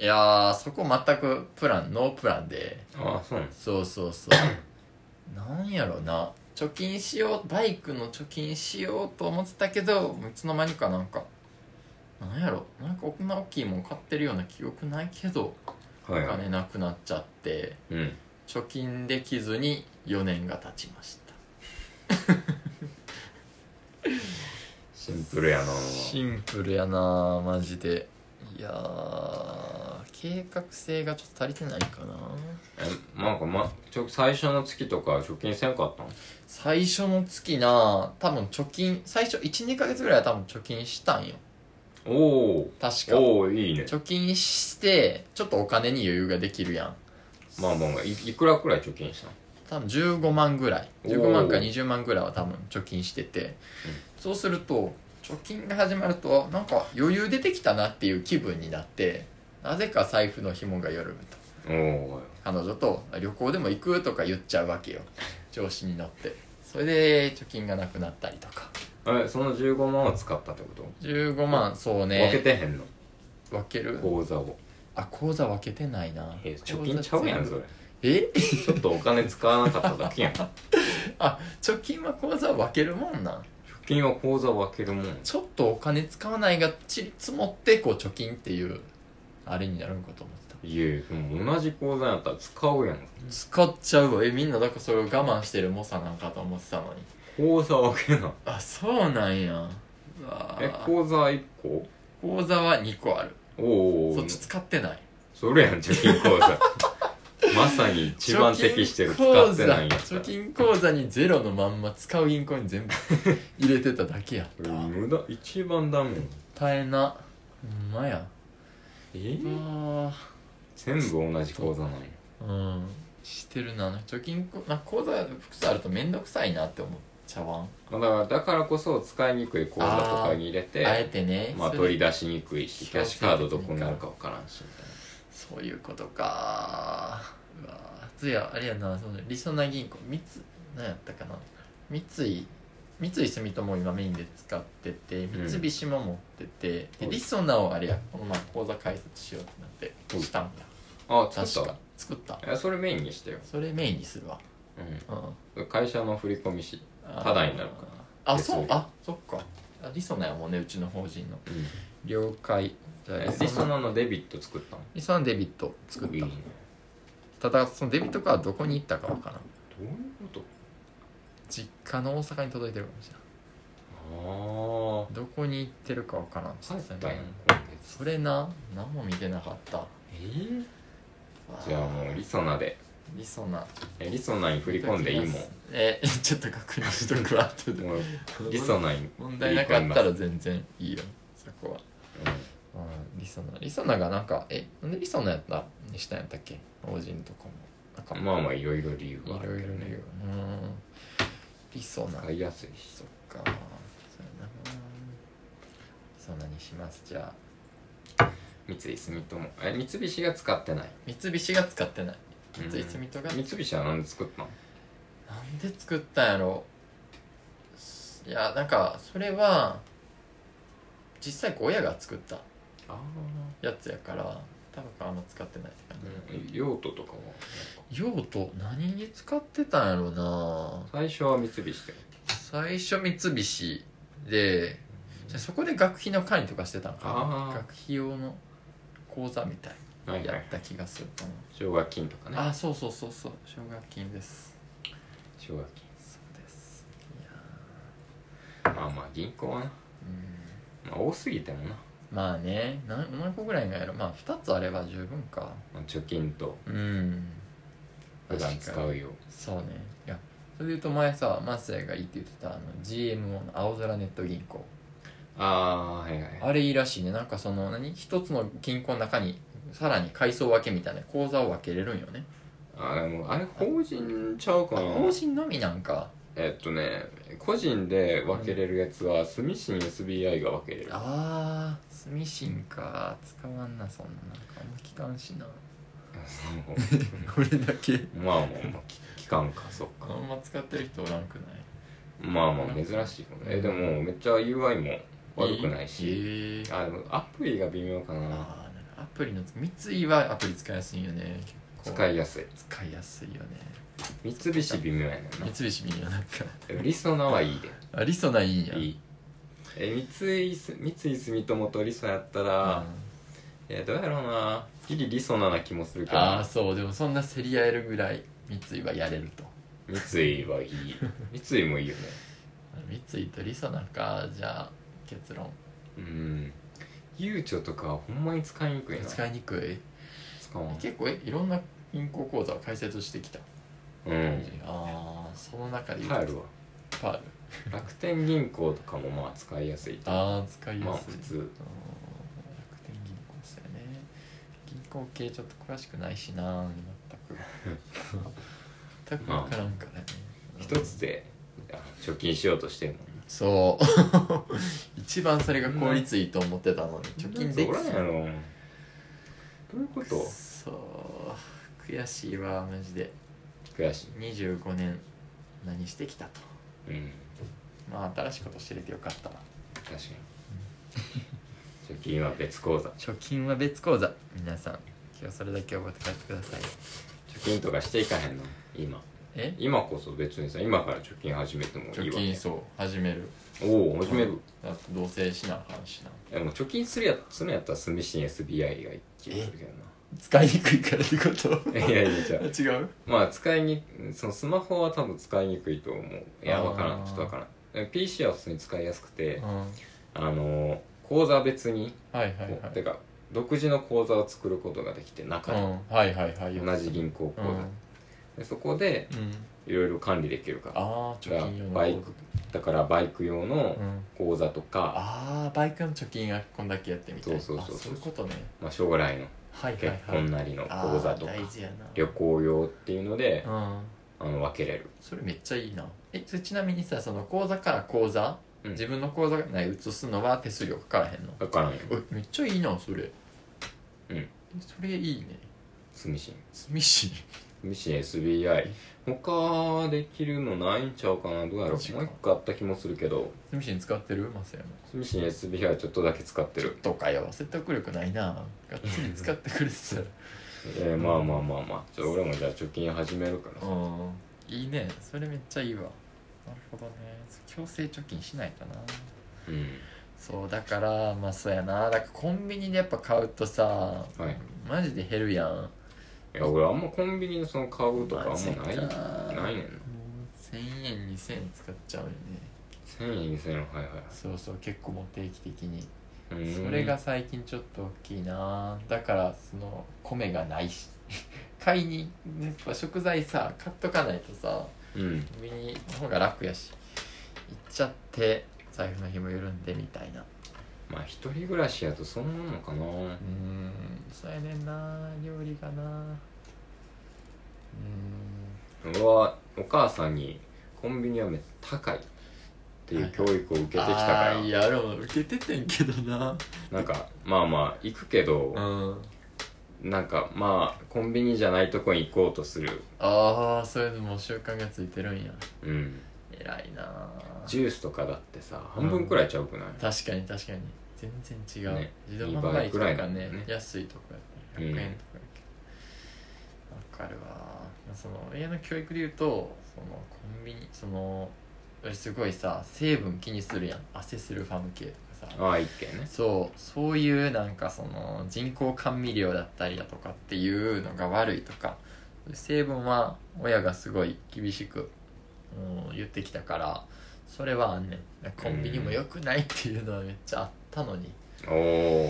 [SPEAKER 2] いやーそこ全くプランノープランで
[SPEAKER 1] ああそうなんです
[SPEAKER 2] そうそうそう なんやろな貯金しようバイクの貯金しようと思ってたけどもういつの間にかなんかなんやろなんかこんな大きいもん買ってるような記憶ないけど
[SPEAKER 1] は
[SPEAKER 2] お
[SPEAKER 1] いはい
[SPEAKER 2] 金なくなっちゃって
[SPEAKER 1] うん
[SPEAKER 2] 貯金できずに4年が経ちました
[SPEAKER 1] シンプルやな
[SPEAKER 2] シンプルやなマジでいやー計画性がちょっと足りてないかな
[SPEAKER 1] えなんか、ま、ちょ最初の月とか貯金せんかったの
[SPEAKER 2] 最初の月な多分貯金最初12ヶ月ぐらいは多分貯金したんよ
[SPEAKER 1] おお
[SPEAKER 2] 確か
[SPEAKER 1] おおいいね
[SPEAKER 2] 貯金してちょっとお金に余裕ができるやん
[SPEAKER 1] まあまあまあいいくらくらい貯金したの
[SPEAKER 2] 多分15万ぐらい
[SPEAKER 1] おー
[SPEAKER 2] 15万か20万ぐらいは多分貯金してて、そうすると貯金が始まるとなんか余裕出てきたなっていう気分になってなぜか財布の紐が緩むと
[SPEAKER 1] おお
[SPEAKER 2] 彼女と旅行でも行くとか言っちゃうわけよ調子に乗ってそれで貯金がなくなったりとか
[SPEAKER 1] えその15万を使ったってこと、
[SPEAKER 2] 15万そう
[SPEAKER 1] 分け
[SPEAKER 2] ね
[SPEAKER 1] てへんの
[SPEAKER 2] 分ける
[SPEAKER 1] 口座を
[SPEAKER 2] あ口座分けてないな
[SPEAKER 1] え貯金ちゃうやんそれ
[SPEAKER 2] え
[SPEAKER 1] ちょっとお金使わなかっただけやん貯
[SPEAKER 2] あ貯金は口座分けるもんなん
[SPEAKER 1] 金は口座分けるもん
[SPEAKER 2] ちょっとお金使わないがちり積もってこう貯金っていうあれになるんかと思ってた
[SPEAKER 1] いやいやでも同じ口座やったら使うやん
[SPEAKER 2] 使っちゃうわえみんなだからそれを我慢してる猛者なんかと思ってたのに
[SPEAKER 1] 口座分けな
[SPEAKER 2] あそうなんやうわ
[SPEAKER 1] え口座1個
[SPEAKER 2] 口座は2個ある
[SPEAKER 1] おお
[SPEAKER 2] そっち使ってない
[SPEAKER 1] それやん貯金口座 まさに一番適してる使ってないんやった
[SPEAKER 2] 貯
[SPEAKER 1] ら
[SPEAKER 2] 金口座にゼロのまんま使う銀行に全部入れてただけやっ
[SPEAKER 1] こ
[SPEAKER 2] た
[SPEAKER 1] れ無駄一番ダメ
[SPEAKER 2] 大変なほんまや
[SPEAKER 1] え
[SPEAKER 2] あ
[SPEAKER 1] 全部同じ口座なんや
[SPEAKER 2] うんしてるな貯金こなんか口座複数あると面倒くさいなって思っちゃわん
[SPEAKER 1] まあだからだからこそ使いにくい口座とかに入れ
[SPEAKER 2] あえ
[SPEAKER 1] て
[SPEAKER 2] てね
[SPEAKER 1] まあ
[SPEAKER 2] それ
[SPEAKER 1] 取り出しにくいしキ
[SPEAKER 2] そ
[SPEAKER 1] ャ
[SPEAKER 2] う
[SPEAKER 1] ッシュカードどこにあるか分からんしみたいな
[SPEAKER 2] そういうことかうわつやあれやなそのりそな銀行三つ何やったかな三井三井住友今メインで使ってて
[SPEAKER 1] うん
[SPEAKER 2] 三菱も持ってて、
[SPEAKER 1] はい
[SPEAKER 2] でりそなをあれやこの前口座開設しようってなってしたんだ
[SPEAKER 1] あ
[SPEAKER 2] 確
[SPEAKER 1] 作
[SPEAKER 2] か
[SPEAKER 1] っ
[SPEAKER 2] 作った
[SPEAKER 1] たえそれメインにしてよ、
[SPEAKER 2] それメインにするわ、う
[SPEAKER 1] う
[SPEAKER 2] ん、
[SPEAKER 1] ん、会社の振り込みしタダになるか
[SPEAKER 2] あ
[SPEAKER 1] 別に
[SPEAKER 2] そうあそっかありそなやもんねうちの法人の
[SPEAKER 1] うん
[SPEAKER 2] 了解じゃあ
[SPEAKER 1] え
[SPEAKER 2] り
[SPEAKER 1] リ
[SPEAKER 2] そ
[SPEAKER 1] ソ
[SPEAKER 2] な
[SPEAKER 1] ナのデビット作ったの
[SPEAKER 2] りそなデビット作ったただそのデビットカードどこに行ったかわからん
[SPEAKER 1] どういうこと
[SPEAKER 2] 実家の大阪に届いてるかもしれない
[SPEAKER 1] あ
[SPEAKER 2] どこに行ってるかわからん
[SPEAKER 1] あ帰ったんや
[SPEAKER 2] それな何も見てなかった
[SPEAKER 1] えーじゃあもうリソナで
[SPEAKER 2] 理想な
[SPEAKER 1] えリソナに振り込んでいいもん
[SPEAKER 2] えちょっと確認しとくわ後で
[SPEAKER 1] もうリソナに
[SPEAKER 2] 問題なかったら
[SPEAKER 1] うん
[SPEAKER 2] 全然いいよそこはうんリソナリソナがなんかえなんでリソナやったにしたんやったっけ法人とかもなんか
[SPEAKER 1] まあまあいろいろ理由
[SPEAKER 2] い
[SPEAKER 1] があ
[SPEAKER 2] ろ
[SPEAKER 1] る
[SPEAKER 2] い
[SPEAKER 1] け
[SPEAKER 2] ろ
[SPEAKER 1] ど
[SPEAKER 2] ね
[SPEAKER 1] ね
[SPEAKER 2] うん理想な
[SPEAKER 1] 使いやすいし
[SPEAKER 2] そっかそうやなそんなにしますじゃあ
[SPEAKER 1] 三井住友え三菱が使ってない
[SPEAKER 2] 三菱が使ってない
[SPEAKER 1] うん
[SPEAKER 2] 三井住友が
[SPEAKER 1] 三菱は何で作ったの
[SPEAKER 2] なんで作ったんやろいやなんかそれは実際こう親が作った
[SPEAKER 1] あ
[SPEAKER 2] やつやから多分あんま使ってないって感じ、
[SPEAKER 1] 用途とかは
[SPEAKER 2] 用途何に使ってたんやろな
[SPEAKER 1] 最初は三菱で
[SPEAKER 2] 最初三菱でじゃあそこで学費の管理とかしてたんか
[SPEAKER 1] あー
[SPEAKER 2] な学費用の口座みたい
[SPEAKER 1] はいはい
[SPEAKER 2] や
[SPEAKER 1] は
[SPEAKER 2] っ
[SPEAKER 1] い
[SPEAKER 2] た気がするかな、
[SPEAKER 1] 奨学金とかね
[SPEAKER 2] あそうそうそうそう奨学金です
[SPEAKER 1] 奨学金
[SPEAKER 2] そうですいや
[SPEAKER 1] まあまあ銀行はね、
[SPEAKER 2] ーうん
[SPEAKER 1] まあ、多すぎてもな、
[SPEAKER 2] まあね何何個ぐらいがやろまあ2つあれば十分か
[SPEAKER 1] まあ、貯金と
[SPEAKER 2] うん
[SPEAKER 1] 普段使うよ
[SPEAKER 2] そうねいやそれで言うと前さマスヤがいいって言ってたあの GMO の青空ネット銀行
[SPEAKER 1] ああーはいはい
[SPEAKER 2] あれいいらしいねなんかその何一つの銀行の中にさらに階層分けみたいな口座を分けれるんよね
[SPEAKER 1] あでもあれ法人ちゃうか
[SPEAKER 2] あ
[SPEAKER 1] な
[SPEAKER 2] 法人のみなんか
[SPEAKER 1] えっとね個人で分けれるやつは住信 SBI が分けれる
[SPEAKER 2] ああ住信か使わんなそんななんかあんま聞かんしな
[SPEAKER 1] そう
[SPEAKER 2] 俺だけ
[SPEAKER 1] まあまあまあき期間かそっ
[SPEAKER 2] あ
[SPEAKER 1] か
[SPEAKER 2] んま使ってる人おらんくない
[SPEAKER 1] まあまあ珍しいよねえでもめっちゃ UI も悪くないし
[SPEAKER 2] ええ
[SPEAKER 1] あでもアプリが微妙かな
[SPEAKER 2] あーなんかアプリの三井はアプリ使いやすいよね結構
[SPEAKER 1] 使いやすい
[SPEAKER 2] 使いやすいよね
[SPEAKER 1] 三菱微妙やねんな
[SPEAKER 2] 三菱みんななんか
[SPEAKER 1] えリソナはいいで
[SPEAKER 2] あリソナいいんや
[SPEAKER 1] いいえ三井す三井住友とリソやったら、えどうやろうなギリリソナな気もする
[SPEAKER 2] うん
[SPEAKER 1] け
[SPEAKER 2] ああそうでもそんな競り合えるぐらい三井はやれると
[SPEAKER 1] ど三井はいい三井もいいよね
[SPEAKER 2] 三井とリソナかじゃあ結論
[SPEAKER 1] うんゆうちょとかはほんまに使いにくいな
[SPEAKER 2] 使いにくい
[SPEAKER 1] 使わん
[SPEAKER 2] 結構えいろんな銀行口座を開設してきた
[SPEAKER 1] うん
[SPEAKER 2] ああその中で言うと
[SPEAKER 1] パールは
[SPEAKER 2] パール
[SPEAKER 1] 楽天銀行とかもまあ使いやすい
[SPEAKER 2] ああ使い
[SPEAKER 1] ま
[SPEAKER 2] や
[SPEAKER 1] あ
[SPEAKER 2] すい
[SPEAKER 1] 普通
[SPEAKER 2] あー楽天銀行ですよね銀行系ちょっと詳しくないしな 全く全く分からんからね
[SPEAKER 1] 一つであ貯金しようとしてる
[SPEAKER 2] そう 一番それが効率いいと思ってたのに
[SPEAKER 1] もん
[SPEAKER 2] 貯金でき
[SPEAKER 1] そら
[SPEAKER 2] な
[SPEAKER 1] んやろどういうこ
[SPEAKER 2] そ
[SPEAKER 1] と
[SPEAKER 2] う悔しいわマジで
[SPEAKER 1] 悔しい
[SPEAKER 2] 25年何してきたと
[SPEAKER 1] うん
[SPEAKER 2] まあ新しいこと知れてよかったわ
[SPEAKER 1] 確 かに貯金は別口座貯
[SPEAKER 2] 貯金は別口座皆さん今日それだけ覚えて帰ってください
[SPEAKER 1] 金とかしていかへんの今
[SPEAKER 2] え
[SPEAKER 1] 今こそ別にさ今から貯金始めてもいい
[SPEAKER 2] 貯
[SPEAKER 1] わ
[SPEAKER 2] 金そう始める
[SPEAKER 1] おお始める
[SPEAKER 2] だって同棲しなあかんしな
[SPEAKER 1] でも貯金するやつするんやったら住信 SBI がいい気がするけど
[SPEAKER 2] 使いにくいからってこと
[SPEAKER 1] ないやいやじゃあ
[SPEAKER 2] 違う
[SPEAKER 1] まあ使いにそのスマホは多分使いにくいと思ういや
[SPEAKER 2] あー
[SPEAKER 1] わからんちょっとわからんえ PC は普通に使いやすくて
[SPEAKER 2] うんはい
[SPEAKER 1] あのー口座別に
[SPEAKER 2] はい
[SPEAKER 1] こう、
[SPEAKER 2] はい
[SPEAKER 1] てか独自の口座を作ることができて
[SPEAKER 2] う
[SPEAKER 1] 中に、
[SPEAKER 2] んはいはいはい
[SPEAKER 1] 同じ銀行口
[SPEAKER 2] う
[SPEAKER 1] 座、
[SPEAKER 2] ん、
[SPEAKER 1] でそこで
[SPEAKER 2] うん、
[SPEAKER 1] いろいろ管理できるから
[SPEAKER 2] ああ貯金用の
[SPEAKER 1] バイクだからバイク用の
[SPEAKER 2] うん、
[SPEAKER 1] 口座とか、
[SPEAKER 2] ああバイクの貯金がこんだけやってみたい
[SPEAKER 1] そうそうそう
[SPEAKER 2] あそういうことね
[SPEAKER 1] まあ、将来の
[SPEAKER 2] はいはい
[SPEAKER 1] 結
[SPEAKER 2] はい
[SPEAKER 1] 婚なりの
[SPEAKER 2] あー
[SPEAKER 1] 口座とか、
[SPEAKER 2] 大事やな
[SPEAKER 1] 旅行用っていうので
[SPEAKER 2] う、ん
[SPEAKER 1] あの分けれる
[SPEAKER 2] それめっちゃいいなえそれちなみにさその口座から口座、
[SPEAKER 1] うん
[SPEAKER 2] 自分の口座内移すのは手数料かからへんの
[SPEAKER 1] だからね
[SPEAKER 2] おいめっちゃいいなそれ
[SPEAKER 1] うん
[SPEAKER 2] えそれいいね
[SPEAKER 1] スミシン
[SPEAKER 2] スミシン
[SPEAKER 1] スミシン SBI 他できるのないんちゃうかなどうやろ
[SPEAKER 2] マジ
[SPEAKER 1] う
[SPEAKER 2] か
[SPEAKER 1] もう一個あった気もするけど
[SPEAKER 2] スミシン使ってるマサヤも
[SPEAKER 1] スミシン SBI ちょっとだけ使ってる
[SPEAKER 2] とかよ説得力ないながっつり使ってくれてたら
[SPEAKER 1] えー、まあまあまあまあちょ俺も じゃあ貯金始めるからさ
[SPEAKER 2] うんいいねそれめっちゃいいわなるほどね強制貯金しないかな
[SPEAKER 1] うん
[SPEAKER 2] そうだからまあそうやなだからコンビニでやっぱ買うとさ、
[SPEAKER 1] はい
[SPEAKER 2] マジで減るやん
[SPEAKER 1] いや俺あんまコンビニのその買うとかあんまない
[SPEAKER 2] まあそうか
[SPEAKER 1] ないねんな
[SPEAKER 2] 1000円2000円使っちゃうよね
[SPEAKER 1] 1000円2000円はいはい
[SPEAKER 2] そうそう結構もう定期的に
[SPEAKER 1] うーん
[SPEAKER 2] それが最近ちょっと大きいなだからその米がないし 買いにやっぱ食材さ買っとかないとさ
[SPEAKER 1] うん
[SPEAKER 2] コンビニの方が楽やし行っちゃって財布の紐緩んでみたいな
[SPEAKER 1] まあ一人暮らしやとそんなのかな
[SPEAKER 2] うーんそうやねんな料理がなうーん
[SPEAKER 1] 俺はお母さんにコンビニはめっちゃ高いっていう教育を受けてきたから、
[SPEAKER 2] あーいや俺も受けててんけどな
[SPEAKER 1] なんかまあまあ行くけど、
[SPEAKER 2] うん
[SPEAKER 1] なんかまあコンビニじゃないとこに行こうとする
[SPEAKER 2] ああそういうのもう習慣がついてるんや
[SPEAKER 1] うん
[SPEAKER 2] 偉いな
[SPEAKER 1] ジュースとかだってさ半分くらいちゃうくない、
[SPEAKER 2] 確かに確かに全然違う、
[SPEAKER 1] ね
[SPEAKER 2] 自動販売機と
[SPEAKER 1] 2倍くら
[SPEAKER 2] か
[SPEAKER 1] いなんだ
[SPEAKER 2] ね
[SPEAKER 1] よね
[SPEAKER 2] 安いとこやったら
[SPEAKER 1] うん
[SPEAKER 2] 100円とかやけどわ、かるわまあその親の教育で言うとそのコンビニその俺すごいさ成分気にするやん汗するファム系とかさ
[SPEAKER 1] ああ一軒ね
[SPEAKER 2] そうそういうなんかその人工甘味料だったりだとかっていうのが悪いとかそういう成分は親がすごい厳しく、うん、言ってきたからそれはあんねんコンビニも良くないっていうのはめっちゃあったのに、
[SPEAKER 1] おお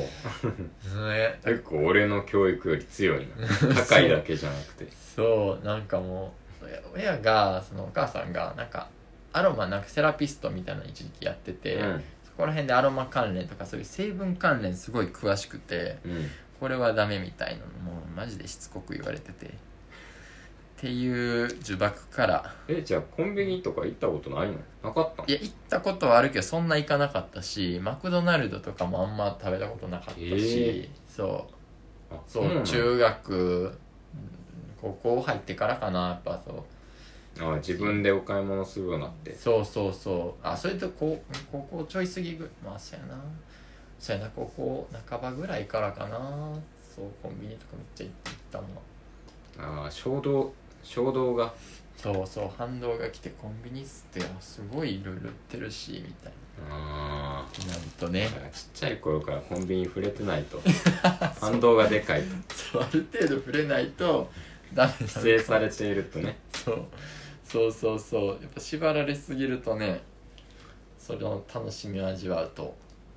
[SPEAKER 2] ね
[SPEAKER 1] 結構俺の教育より強いな 高いだけじゃなくて
[SPEAKER 2] そうなんかもう親親がそのお母さんがなんかアロマなんかセラピストみたいなの一時期やってて、そこら辺でアロマ関連とかそういう成分関連すごい詳しくて
[SPEAKER 1] うんうん
[SPEAKER 2] これはダメみたいなのもうマジでしつこく言われててっていう呪縛から
[SPEAKER 1] えじゃあコンビニとか行ったことないのなかったの
[SPEAKER 2] いや行ったことはあるけどそんな行かなかったしマクドナルドとかもあんま食べたことなかったし、
[SPEAKER 1] え
[SPEAKER 2] そう
[SPEAKER 1] あ
[SPEAKER 2] そう、
[SPEAKER 1] なの
[SPEAKER 2] 中学うん高校入ってからかなやっぱそう
[SPEAKER 1] ああ自分でお買い物するようになって
[SPEAKER 2] そうそうそうあそれと高高校ちょい過ぎぐまあそうやなそうやな高校半ばぐらいからかなそうコンビニとかめっちゃ行ったもん
[SPEAKER 1] ああ衝動衝動が
[SPEAKER 2] そうそう反動が来てコンビニっすってあすごいいろいろ売ってるしみたい
[SPEAKER 1] あ
[SPEAKER 2] ななると
[SPEAKER 1] あ
[SPEAKER 2] ね
[SPEAKER 1] だからちっちゃい頃からコンビニ触れてない と反動がでかいと
[SPEAKER 2] そうある程度触れないとダメだ
[SPEAKER 1] 規制されているとね
[SPEAKER 2] そうそうそうそうやっぱ縛られすぎるとねそれを楽しみを味わうと